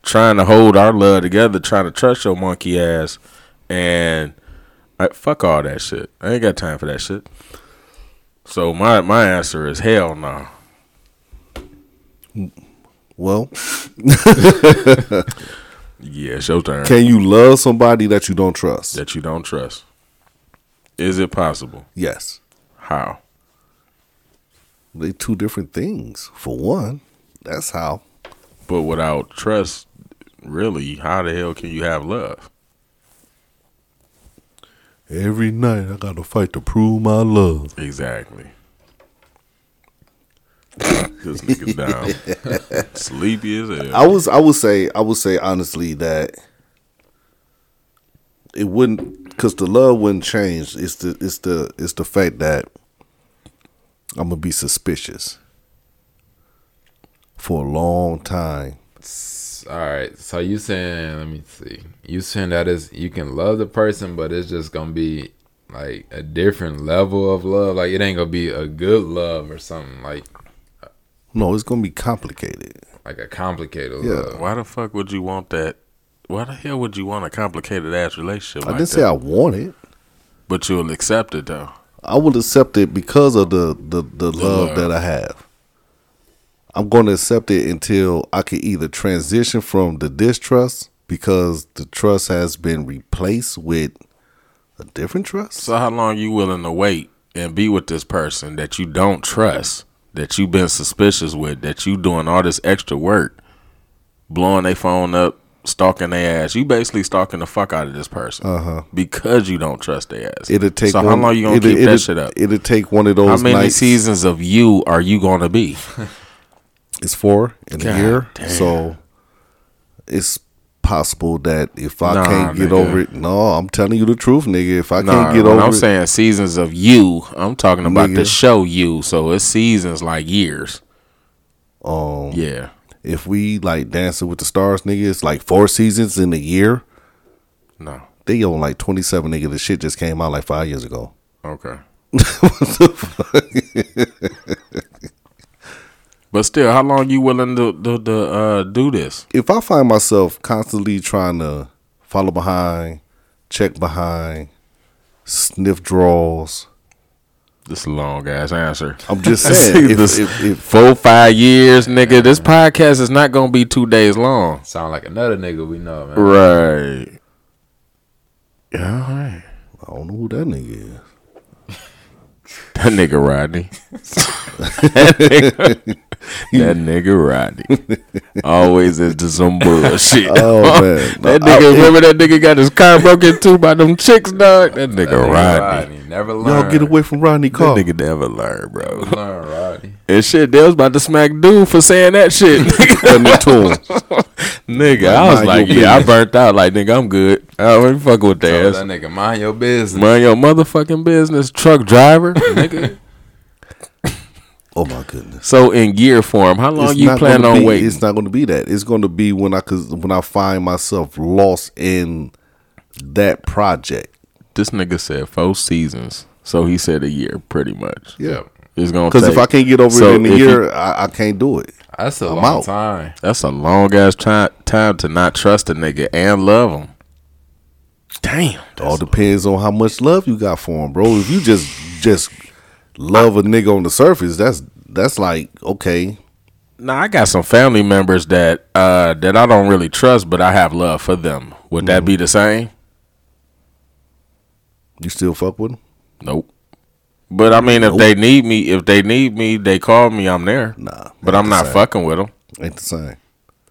[SPEAKER 2] trying to hold our love together, trying to trust your monkey ass, and I, fuck all that shit. I ain't got time for that shit. So my my answer is hell no.
[SPEAKER 1] Well,
[SPEAKER 2] Yeah, it's your turn.
[SPEAKER 1] can you love somebody that you don't trust?
[SPEAKER 2] that you don't trust. Is it possible?
[SPEAKER 1] Yes,
[SPEAKER 2] How?
[SPEAKER 1] they two different things. For one, that's how.
[SPEAKER 2] But without trust, really, how the hell can you have love?
[SPEAKER 1] Every night I gotta fight to prove my love.
[SPEAKER 2] Exactly. this nigga's down. Sleepy as hell.
[SPEAKER 1] I was I would say I would say honestly that it wouldn't because the love wouldn't change. It's the it's the it's the fact that I'm gonna be suspicious for a long time.
[SPEAKER 3] all right. So you saying let me see. You saying that is you can love the person but it's just gonna be like a different level of love. Like it ain't gonna be a good love or something like
[SPEAKER 1] No, it's gonna be complicated.
[SPEAKER 3] like a complicated
[SPEAKER 1] Yeah.
[SPEAKER 3] love.
[SPEAKER 2] Why the fuck would you want that? Why the hell would you want a complicated ass relationship
[SPEAKER 1] I
[SPEAKER 2] like
[SPEAKER 1] didn't
[SPEAKER 2] that?
[SPEAKER 1] say I want it.
[SPEAKER 2] but you'll accept it though.
[SPEAKER 1] I will accept it because of the the, the, love,
[SPEAKER 2] love.
[SPEAKER 1] that I have. I'm going to accept it until I can either transition from the distrust because the trust has been replaced with a different trust.
[SPEAKER 2] So how long you willing to wait and be with this person that you don't trust, that you've been suspicious with, that you doing all this extra work, blowing their phone up, stalking their ass. You basically stalking the fuck out of this person because you don't trust their ass.
[SPEAKER 1] Uh-huh. it'll take.
[SPEAKER 2] so how
[SPEAKER 1] one-
[SPEAKER 2] long you gonna
[SPEAKER 1] it'll-
[SPEAKER 2] keep that
[SPEAKER 1] it'll-
[SPEAKER 2] shit up?
[SPEAKER 1] It'll take one of
[SPEAKER 2] How
[SPEAKER 1] those
[SPEAKER 2] many
[SPEAKER 1] nights.
[SPEAKER 2] seasons of you are you gonna be?
[SPEAKER 1] It's four in
[SPEAKER 2] God
[SPEAKER 1] a year,
[SPEAKER 2] damn.
[SPEAKER 1] so it's possible that if I
[SPEAKER 2] Nah,
[SPEAKER 1] can't get
[SPEAKER 2] nigga.
[SPEAKER 1] over it, no, I'm telling you the truth, nigga. If I
[SPEAKER 2] Nah,
[SPEAKER 1] can't get
[SPEAKER 2] when
[SPEAKER 1] over
[SPEAKER 2] I'm
[SPEAKER 1] it,
[SPEAKER 2] saying seasons of you, I'm talking about the
[SPEAKER 1] Nigga.
[SPEAKER 2] show you. So it's seasons like years.
[SPEAKER 1] um,
[SPEAKER 2] Yeah.
[SPEAKER 1] if we like Dancing with the Stars, nigga, it's like four seasons in a year.
[SPEAKER 2] No.
[SPEAKER 1] They own like twenty seven, nigga. The shit just came out like five years ago.
[SPEAKER 2] Okay. But still, how long you willing to to, to uh, do this?
[SPEAKER 1] If I find myself constantly trying to follow behind, check behind, sniff draws,
[SPEAKER 2] This is a long ass answer.
[SPEAKER 1] I'm just saying. if,
[SPEAKER 2] This-
[SPEAKER 1] if, if,
[SPEAKER 2] Four five years, nigga. This podcast is not gonna be two days long.
[SPEAKER 3] Sound like another nigga we know, man.
[SPEAKER 2] Right. Yeah, all right.
[SPEAKER 1] I don't know who that nigga is.
[SPEAKER 2] That nigga Rodney. that, nigga, that nigga Rodney. Always into some bullshit.
[SPEAKER 1] Oh man,
[SPEAKER 2] that nigga, remember that nigga got his car broken too by them chicks, dog? That nigga
[SPEAKER 3] That nigga
[SPEAKER 2] Rodney.
[SPEAKER 3] Never learn.
[SPEAKER 1] y'all get away from Rodney Carr.
[SPEAKER 2] That nigga never learned, bro.
[SPEAKER 3] Learn, Rodney.
[SPEAKER 2] And shit, they was about to smack dude for saying that shit.
[SPEAKER 1] That nigga to him.
[SPEAKER 2] nigga, I was
[SPEAKER 1] Mind
[SPEAKER 2] like,
[SPEAKER 1] your
[SPEAKER 2] yeah, I
[SPEAKER 1] business.
[SPEAKER 2] burnt out. Like, nigga, I'm good. I don't even fuck
[SPEAKER 1] Oh,
[SPEAKER 2] with
[SPEAKER 3] Told
[SPEAKER 2] that.
[SPEAKER 3] that nigga, mind your business.
[SPEAKER 2] Mind your motherfucking business, truck driver. nigga.
[SPEAKER 1] Oh my goodness.
[SPEAKER 2] So in gear form, how long
[SPEAKER 1] It's
[SPEAKER 2] you
[SPEAKER 1] not
[SPEAKER 2] plan
[SPEAKER 1] gonna
[SPEAKER 2] on
[SPEAKER 1] be-
[SPEAKER 2] waiting?
[SPEAKER 1] It's not going to be that. It's going to be when I cause when I find myself lost in that project.
[SPEAKER 2] This nigga said four seasons, so he said a year, pretty much.
[SPEAKER 1] Yeah.
[SPEAKER 2] It's gonna
[SPEAKER 1] Because if
[SPEAKER 2] take-
[SPEAKER 1] I can't get over
[SPEAKER 2] So
[SPEAKER 1] it in a
[SPEAKER 2] if you-
[SPEAKER 1] year, I, I can't do it.
[SPEAKER 3] That's a
[SPEAKER 1] I'm
[SPEAKER 3] long
[SPEAKER 1] out.
[SPEAKER 3] time.
[SPEAKER 2] that's a long ass time time to not trust a nigga and love him. Damn,
[SPEAKER 1] All depends on how much love you got for him, bro. If you just just love a nigga on the surface, that's that's like okay,
[SPEAKER 2] Now I got some family members that uh that I don't really trust, but I have love for them. Would that
[SPEAKER 1] Mm-hmm.
[SPEAKER 2] be the same?
[SPEAKER 1] you still fuck with him.
[SPEAKER 2] Nope. But I mean, if they need me, if they need me, they call me. I'm there.
[SPEAKER 1] Nah,
[SPEAKER 2] but I'm not fucking with them.
[SPEAKER 1] Ain't the same.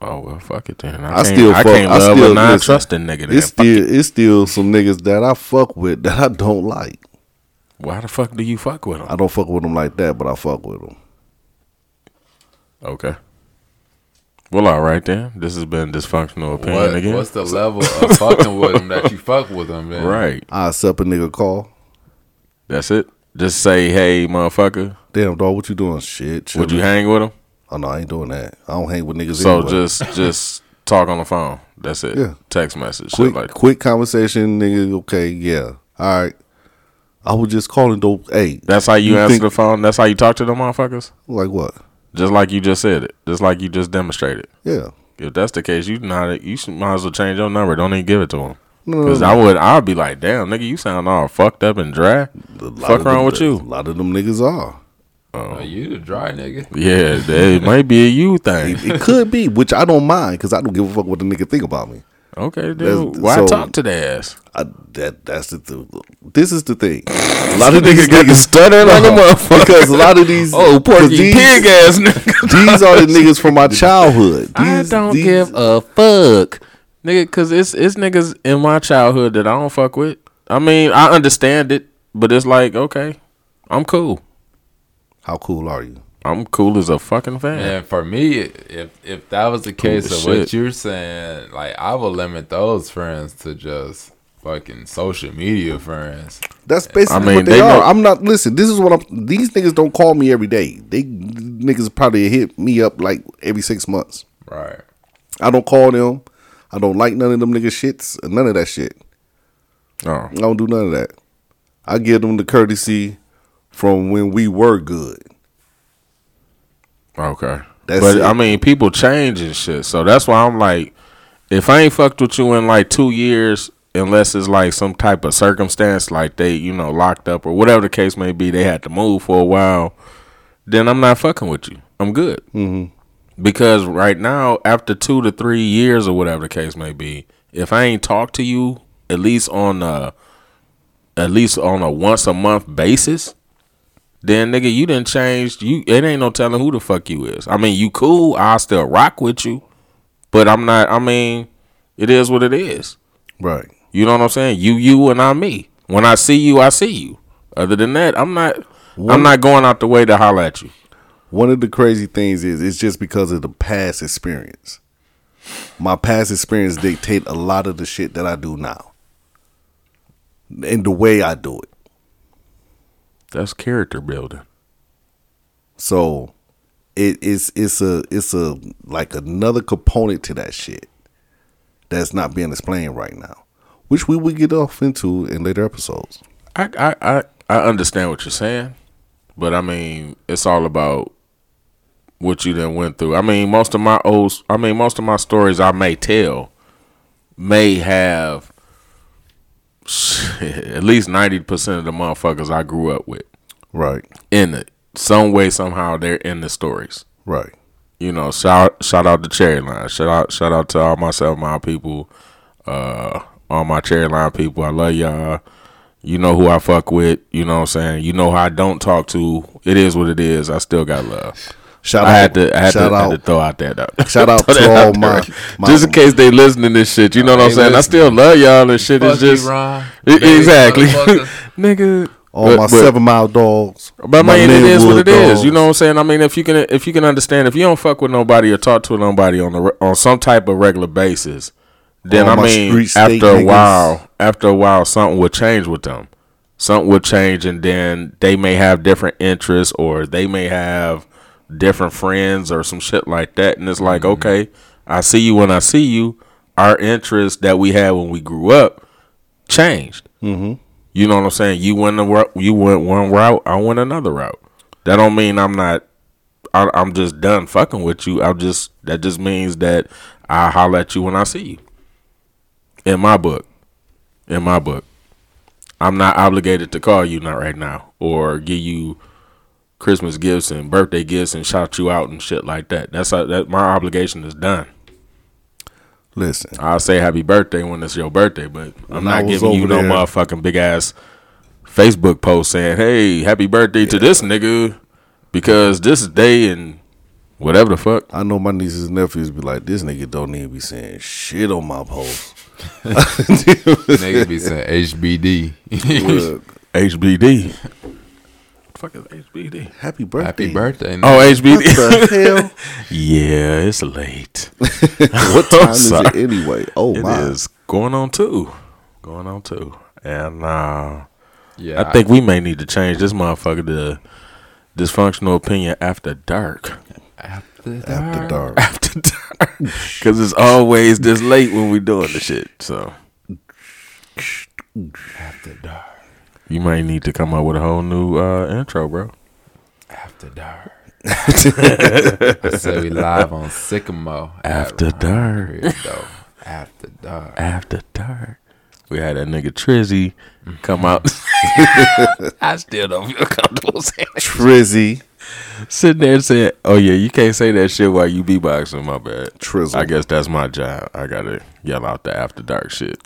[SPEAKER 2] Oh well, fuck it then.
[SPEAKER 1] I
[SPEAKER 2] I, can't,
[SPEAKER 1] still
[SPEAKER 2] I
[SPEAKER 1] fuck-
[SPEAKER 2] can't
[SPEAKER 1] I
[SPEAKER 2] love
[SPEAKER 1] still-
[SPEAKER 2] a non
[SPEAKER 1] listen,
[SPEAKER 2] trusting nigga. Then.
[SPEAKER 1] It's still it's still some niggas that I fuck with that I don't like.
[SPEAKER 2] Why the fuck do you fuck with
[SPEAKER 1] I
[SPEAKER 2] them?
[SPEAKER 1] don't fuck with them like that, but I fuck with them.
[SPEAKER 2] Okay. Well, all right then. This has been dysfunctional opinion
[SPEAKER 3] What,
[SPEAKER 2] again.
[SPEAKER 3] what's the level of fucking with him that you fuck with him, man?
[SPEAKER 2] right.
[SPEAKER 1] I accept a nigga call.
[SPEAKER 2] That's it. Just say, hey, motherfucker,
[SPEAKER 1] Damn dog, what you doing? Shit.
[SPEAKER 2] would you
[SPEAKER 1] chillin'.
[SPEAKER 2] hang with him?
[SPEAKER 1] Oh no, I ain't doing that. I don't hang with niggas.
[SPEAKER 2] So
[SPEAKER 1] anyway.
[SPEAKER 2] just just talk on the phone. That's it.
[SPEAKER 1] Yeah.
[SPEAKER 2] Text message.
[SPEAKER 1] quick,
[SPEAKER 2] Shit like
[SPEAKER 1] quick conversation, nigga. Okay, yeah, all right. I was just calling though. Hey,
[SPEAKER 2] that's how you,
[SPEAKER 1] You
[SPEAKER 2] answer
[SPEAKER 1] think-
[SPEAKER 2] the phone. That's how you talk to them motherfuckers.
[SPEAKER 1] like what?
[SPEAKER 2] Just like you just said it. Just like you just demonstrated.
[SPEAKER 1] Yeah.
[SPEAKER 2] If that's the case, you not you should, might as well change your number. Don't even give it to them.
[SPEAKER 1] No,
[SPEAKER 2] Cause I would, I'd be like, damn, nigga, you sound all fucked up and dry.
[SPEAKER 1] A lot
[SPEAKER 2] Fuck
[SPEAKER 1] of
[SPEAKER 2] wrong
[SPEAKER 1] them-
[SPEAKER 2] with
[SPEAKER 1] A
[SPEAKER 2] you?
[SPEAKER 1] lot of them niggas are.
[SPEAKER 3] Are you the dry nigga?
[SPEAKER 2] Yeah, that- it might be a you thing.
[SPEAKER 1] It could be, which I don't mind because I don't give a fuck what the nigga think about me.
[SPEAKER 2] Okay, dude,
[SPEAKER 1] That's-
[SPEAKER 2] why
[SPEAKER 1] so-
[SPEAKER 2] talk to the ass?
[SPEAKER 1] I, that that's the th- this is the thing. A lot of niggas
[SPEAKER 2] got the stutter like a motherfucker.
[SPEAKER 1] because a lot of these
[SPEAKER 2] Oh,
[SPEAKER 1] 'cause
[SPEAKER 2] Porky
[SPEAKER 1] these,
[SPEAKER 2] Pig ass nigga.
[SPEAKER 1] these are the niggas from my childhood. These,
[SPEAKER 2] I don't
[SPEAKER 1] these-
[SPEAKER 2] give a fuck, nigga. Cause it's it's niggas in my childhood that I don't fuck with. I mean, I understand it, but it's like, okay, I'm cool.
[SPEAKER 1] How cool are you?
[SPEAKER 2] I'm cool as a fucking fan.
[SPEAKER 3] And for me, if if that was the case
[SPEAKER 2] as
[SPEAKER 3] of what
[SPEAKER 2] shit.
[SPEAKER 3] you're saying, like I would limit those friends to just fucking social media friends.
[SPEAKER 1] That's basically
[SPEAKER 2] I mean,
[SPEAKER 1] what they,
[SPEAKER 2] they
[SPEAKER 1] are.
[SPEAKER 2] know-
[SPEAKER 1] I'm not listen. This is what I'm. These niggas don't call me every day. They niggas probably hit me up like every six months.
[SPEAKER 3] Right.
[SPEAKER 1] I don't call them. I don't like none of them niggas shits. None of that shit.
[SPEAKER 2] Oh,
[SPEAKER 1] I don't do none of that. I give them the courtesy from when we were good.
[SPEAKER 2] okay.
[SPEAKER 1] That's
[SPEAKER 2] but
[SPEAKER 1] it.
[SPEAKER 2] I mean, people change and shit, so that's why I'm like, if I ain't fucked with you in like two years, unless it's like some type of circumstance, like they, you know, locked up or whatever the case may be, they had to move for a while, then I'm not fucking with you. I'm good.
[SPEAKER 1] Mm-hmm.
[SPEAKER 2] Because right now, after two to three years or whatever the case may be, if I ain't talked to you at least on a at least on a once a month basis, then nigga, you didn't change. You it ain't no telling who the fuck you is. I mean, you cool. I still rock with you, but I'm not. I mean, it is what it is.
[SPEAKER 1] Right.
[SPEAKER 2] You know what I'm saying? You you and I me. When I see you, I see you. Other than that, I'm not. I'm not going out the way to holler at you.
[SPEAKER 1] One of the crazy things is it's just because of the past experience. My past experience dictate a lot of the shit that I do now. And the way I do it.
[SPEAKER 2] That's character building.
[SPEAKER 1] So it is it's a it's a like another component to that shit that's not being explained right now. Which we will get off into in later episodes.
[SPEAKER 2] I, I I I understand what you're saying, but I mean, it's all about what you then went through. I mean, most of my old, I mean, most of my stories I may tell may have at least ninety percent of the motherfuckers I grew up with
[SPEAKER 1] Right.
[SPEAKER 2] in it some way somehow. They're in the stories.
[SPEAKER 1] Right.
[SPEAKER 2] You know, shout shout out to Cherry Line. Shout out shout out to all myself, my people, uh, all my Cherry Line people. I love y'all. You know who I fuck with. You know what I'm saying. You know who I don't talk to. It is what it is. I still got love.
[SPEAKER 1] Shout
[SPEAKER 2] I
[SPEAKER 1] out.
[SPEAKER 2] had to, I had to,
[SPEAKER 1] shout
[SPEAKER 2] had
[SPEAKER 1] out.
[SPEAKER 2] to throw out that. Out.
[SPEAKER 1] Shout out
[SPEAKER 2] throw
[SPEAKER 1] to
[SPEAKER 2] that
[SPEAKER 1] all
[SPEAKER 2] there.
[SPEAKER 1] my- my-
[SPEAKER 2] just in case they listening to this shit. You know what I'm
[SPEAKER 3] They
[SPEAKER 2] saying? I still love y'all and shit. It's
[SPEAKER 3] Fuck you,
[SPEAKER 2] just
[SPEAKER 3] Ron.
[SPEAKER 2] E-
[SPEAKER 3] Dirty
[SPEAKER 2] exactly,
[SPEAKER 3] motherfucker.
[SPEAKER 2] nigga.
[SPEAKER 1] all
[SPEAKER 2] But-
[SPEAKER 1] my
[SPEAKER 2] but-
[SPEAKER 1] seven mile dogs.
[SPEAKER 2] but
[SPEAKER 1] my
[SPEAKER 2] man, it is what it
[SPEAKER 1] Linwood
[SPEAKER 2] is.
[SPEAKER 1] dogs.
[SPEAKER 2] You know what I'm saying? I mean, if you can, if you can understand, if you don't fuck with nobody or talk to nobody on the re- on some type of regular basis, then
[SPEAKER 1] All
[SPEAKER 2] I
[SPEAKER 1] my
[SPEAKER 2] mean,
[SPEAKER 1] street state
[SPEAKER 2] after a
[SPEAKER 1] niggas.
[SPEAKER 2] while, after a while, something will change with them. Something will change, and then they may have different interests, or they may have different friends, or some shit like that. And it's like,
[SPEAKER 1] Mm-hmm.
[SPEAKER 2] okay, I see you when I see you. Our interests that we had when we grew up changed.
[SPEAKER 1] Mm-hmm.
[SPEAKER 2] You know what I'm saying? You went the ro- you went one route, I went another route. That don't mean I'm not. I, I'm just done fucking with you. I'm just that just means that I holler at you when I see you. In my book, in my book, I'm not obligated to call you not right now or give you Christmas gifts and birthday gifts and shout you out and shit like that. That's how, that my obligation is done.
[SPEAKER 1] Listen,
[SPEAKER 2] I'll say happy birthday when it's your birthday, but I'm
[SPEAKER 1] When I
[SPEAKER 2] not
[SPEAKER 1] was
[SPEAKER 2] giving you
[SPEAKER 1] over
[SPEAKER 2] no
[SPEAKER 1] there-
[SPEAKER 2] motherfucking big ass Facebook post saying, "Hey, happy birthday to this nigga," because this day and whatever the fuck.
[SPEAKER 1] I know my nieces and nephews be like, this nigga don't even be saying shit on my post.
[SPEAKER 3] Niggas be saying HBD.
[SPEAKER 1] Look,
[SPEAKER 2] HBD. fuck is HBD?
[SPEAKER 1] happy birthday.
[SPEAKER 3] Happy birthday.
[SPEAKER 2] Oh,
[SPEAKER 1] What
[SPEAKER 2] HBD.
[SPEAKER 1] the
[SPEAKER 2] yeah, it's late.
[SPEAKER 1] hell? what time is it
[SPEAKER 2] Sorry.
[SPEAKER 1] anyway? Oh
[SPEAKER 2] It
[SPEAKER 1] my!
[SPEAKER 2] is going on two, going on two, and uh,
[SPEAKER 3] yeah,
[SPEAKER 2] I think we may need to change this motherfucker to dysfunctional opinion after dark.
[SPEAKER 3] after dark.
[SPEAKER 1] After dark.
[SPEAKER 2] after dark because it's always this late when we doing the shit. So
[SPEAKER 3] After dark.
[SPEAKER 2] you might need to come up with a whole new uh, intro, bro.
[SPEAKER 3] After dark. I said we live on Sycamore.
[SPEAKER 2] After dark.
[SPEAKER 3] Though. After dark.
[SPEAKER 2] After dark, we had that nigga Trizzy come out
[SPEAKER 3] I still don't feel comfortable saying it.
[SPEAKER 1] Trizzy,
[SPEAKER 2] sitting there and saying, "Oh yeah, you can't say that shit while you beatboxing." My bad.
[SPEAKER 1] Trizzle.
[SPEAKER 2] I guess that's my job. I gotta yell out the after dark shit.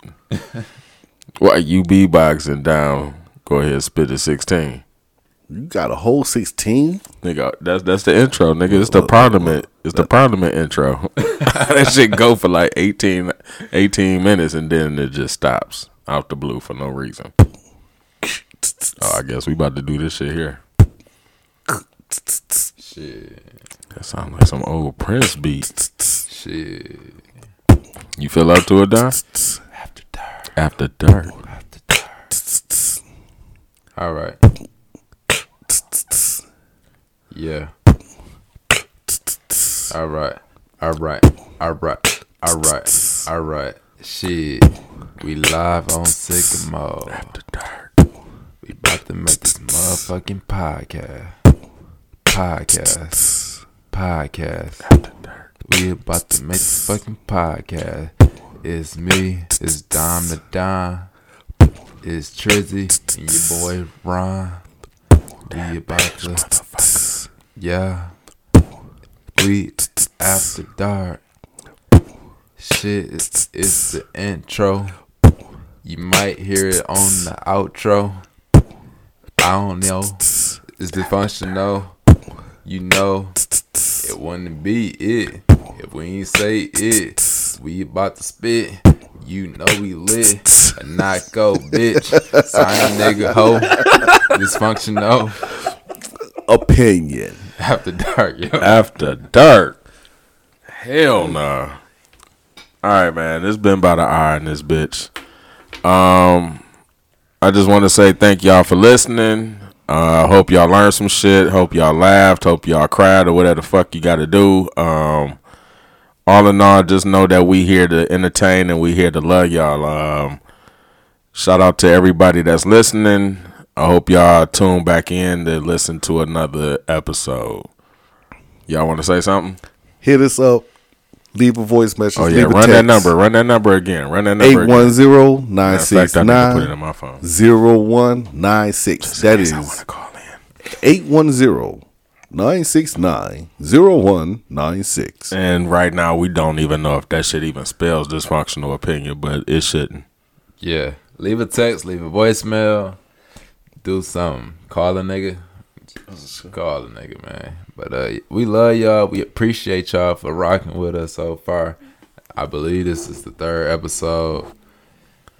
[SPEAKER 2] Why you beatboxing down? Go ahead, spit a sixteen.
[SPEAKER 1] you got a whole sixteen.
[SPEAKER 2] Nigga, that's that's the intro, nigga. It's the parliament. It's the parliament intro. that shit go for like 18, 18 minutes and then it just stops out the blue for no reason. Oh, I guess we about to do this shit here.
[SPEAKER 3] Shit.
[SPEAKER 2] That sounds like some old Prince beat.
[SPEAKER 3] Shit.
[SPEAKER 2] You feel up to it, Don?
[SPEAKER 3] After dark.
[SPEAKER 2] After dark.
[SPEAKER 3] After dark. All right. Yeah. All right. All right. All right. All right. All right. Shit. We live on Sycamore.
[SPEAKER 2] After dark.
[SPEAKER 3] We about to make this motherfucking podcast. Podcast. Podcast.
[SPEAKER 2] After dark.
[SPEAKER 3] We about to make this fucking podcast. It's me, it's Dom the Don, it's Trizzy, and your boy Ron. We about to, yeah. We after dark. Shit, it's, it's the intro. You might hear it on the outro. I don't know. It's dysfunctional. You know. It wouldn't be it if we ain't say it. We about to spit. You know we lit. A knocko, bitch. Sign nigga hoe. Dysfunctional.
[SPEAKER 1] Opinion.
[SPEAKER 3] After dark, yo.
[SPEAKER 2] After dark. Hell nah. All right, man. It's been about an hour in this bitch. Um, I just want to say thank y'all for listening. Uh, hope y'all learned some shit. Hope y'all laughed. Hope y'all cried or whatever the fuck you got to do. Um, all in all, just know that we here to entertain and we here to love y'all. Um, shout out to everybody that's listening. I hope y'all tune back in to listen to another episode. Y'all want to say something?
[SPEAKER 1] Hit us up. Leave a voice message.
[SPEAKER 2] Oh yeah,
[SPEAKER 1] leave a
[SPEAKER 2] run that
[SPEAKER 1] text.
[SPEAKER 2] number. Run that number again. Run that number. again. Matter of fact, I need to put it
[SPEAKER 1] 810-969-0196.
[SPEAKER 2] in my phone.
[SPEAKER 1] That
[SPEAKER 2] I want
[SPEAKER 1] is
[SPEAKER 2] to call in.
[SPEAKER 1] 810-969-0196.
[SPEAKER 2] And right now, we don't even know if that shit even spells dysfunctional opinion, but it shouldn't.
[SPEAKER 3] Yeah. Leave a text, leave a voicemail, do something. Call a nigga. Just Call a nigga, man. But uh we love y'all. We appreciate y'all for rocking with us so far. I believe this is the third episode.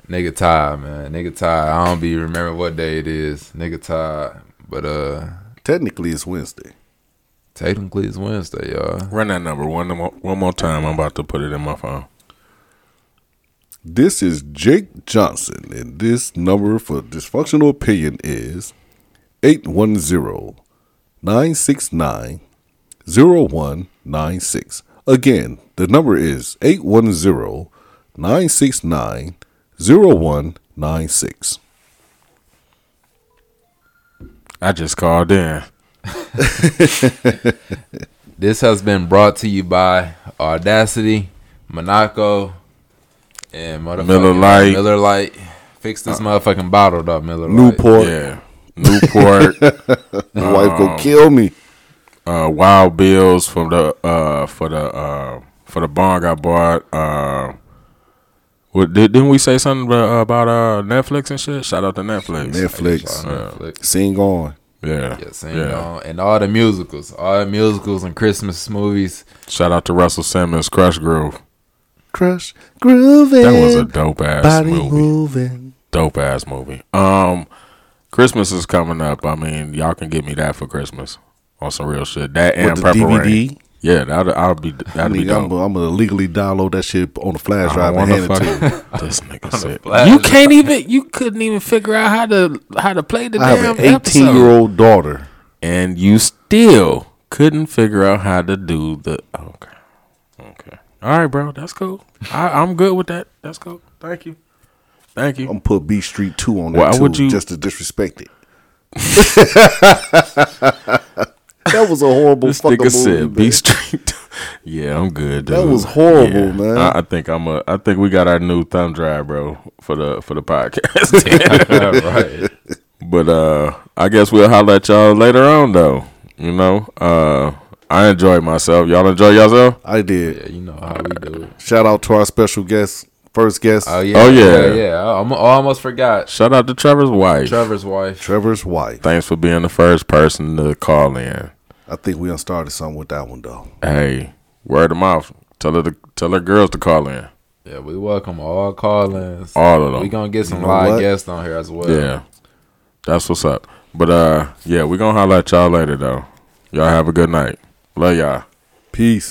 [SPEAKER 3] Nigga tired, man. Nigga tired. I don't be remember what day it is. Nigga tired. But uh
[SPEAKER 1] Technically, it's Wednesday.
[SPEAKER 3] technically it's Wednesday, y'all.
[SPEAKER 2] Run that number one more, one more time. I'm about to put it in my phone.
[SPEAKER 1] This is Jake Johnson, and this number for dysfunctional opinion is 810-969-0196. Again, the number is 810-969-0196.
[SPEAKER 2] I just called in.
[SPEAKER 3] This has been brought to you by Audacity, Monaco, and motherfucking
[SPEAKER 2] Miller Lite. Uh,
[SPEAKER 3] Miller Lite. Fix this motherfucking bottle, though, Miller Lite.
[SPEAKER 1] Newport,
[SPEAKER 2] Yeah. Um, Newport,
[SPEAKER 1] my wife go kill me.
[SPEAKER 2] uh, Wild Bills from the uh, for the uh, for the bong I bought. Uh, what, did, didn't we say something about, about uh, Netflix and shit? Shout out to Netflix.
[SPEAKER 1] Netflix,
[SPEAKER 3] Netflix.
[SPEAKER 1] sing on.
[SPEAKER 2] Yeah,
[SPEAKER 3] Yeah, same on. And all the musicals, all the musicals and Christmas movies.
[SPEAKER 2] Shout out to Russell Simmons, Crush Groove.
[SPEAKER 1] Crush, grooving,
[SPEAKER 2] That was a dope ass
[SPEAKER 1] body
[SPEAKER 2] movie.
[SPEAKER 1] moving.
[SPEAKER 2] Dope ass movie. Um, Christmas is coming up. I mean, y'all can get me that for Christmas on some real shit. That and
[SPEAKER 1] With the
[SPEAKER 2] Purple
[SPEAKER 1] DVD.
[SPEAKER 2] Rain. Yeah, that'll, I'll be that'll be
[SPEAKER 1] Nigga, I'm
[SPEAKER 2] dope.
[SPEAKER 1] gonna I'm gonna legally download that shit on the flash
[SPEAKER 2] I
[SPEAKER 1] drive and hand it to you.
[SPEAKER 2] fucking- this nigga said
[SPEAKER 3] flash
[SPEAKER 2] you
[SPEAKER 3] drive."
[SPEAKER 2] can't even you couldn't even figure out how to how to play the
[SPEAKER 1] I
[SPEAKER 2] damn
[SPEAKER 1] have an 18
[SPEAKER 2] episode.
[SPEAKER 1] year old daughter.
[SPEAKER 2] and you still couldn't figure out how to do the okay okay all right bro that's cool I, i'm good with that that's cool thank you thank you
[SPEAKER 1] I'm put B Street Two on that
[SPEAKER 2] Why
[SPEAKER 1] too,
[SPEAKER 2] would you-
[SPEAKER 1] just to disrespect it. that was a horrible
[SPEAKER 2] this
[SPEAKER 1] fucking
[SPEAKER 2] nigga
[SPEAKER 1] movie.
[SPEAKER 2] said
[SPEAKER 1] man.
[SPEAKER 2] B Street. yeah, I'm good. Dude.
[SPEAKER 1] That was horrible,
[SPEAKER 2] Yeah.
[SPEAKER 1] man.
[SPEAKER 2] I, I think I'm a. I think we got our new thumb drive, bro, for the for the podcast.
[SPEAKER 3] right.
[SPEAKER 2] but uh, I guess we'll holler at y'all later on, though. You know, uh, I enjoyed myself. Y'all enjoy yourself.
[SPEAKER 1] I did.
[SPEAKER 3] Yeah, you know how we do it.
[SPEAKER 1] Shout out to our special guest, first guest,
[SPEAKER 3] Oh yeah.
[SPEAKER 2] Oh, yeah.
[SPEAKER 3] Yeah. yeah. I, almo- I almost forgot.
[SPEAKER 2] Shout out to Trevor's wife.
[SPEAKER 3] Trevor's wife.
[SPEAKER 1] Trevor's wife.
[SPEAKER 2] Thanks for being the first person to call in.
[SPEAKER 1] I think we done started something with that one though.
[SPEAKER 2] Hey, word of mouth. Tell her to, tell her girls to call in.
[SPEAKER 3] yeah, we welcome all call-ins.
[SPEAKER 2] All of them.
[SPEAKER 3] we uh, gonna get some
[SPEAKER 1] know
[SPEAKER 3] live
[SPEAKER 1] what?
[SPEAKER 3] guests on here as well.
[SPEAKER 2] Yeah. That's what's up. But uh yeah, we gonna holler at y'all later though. Y'all have a good night. Love y'all.
[SPEAKER 1] Peace.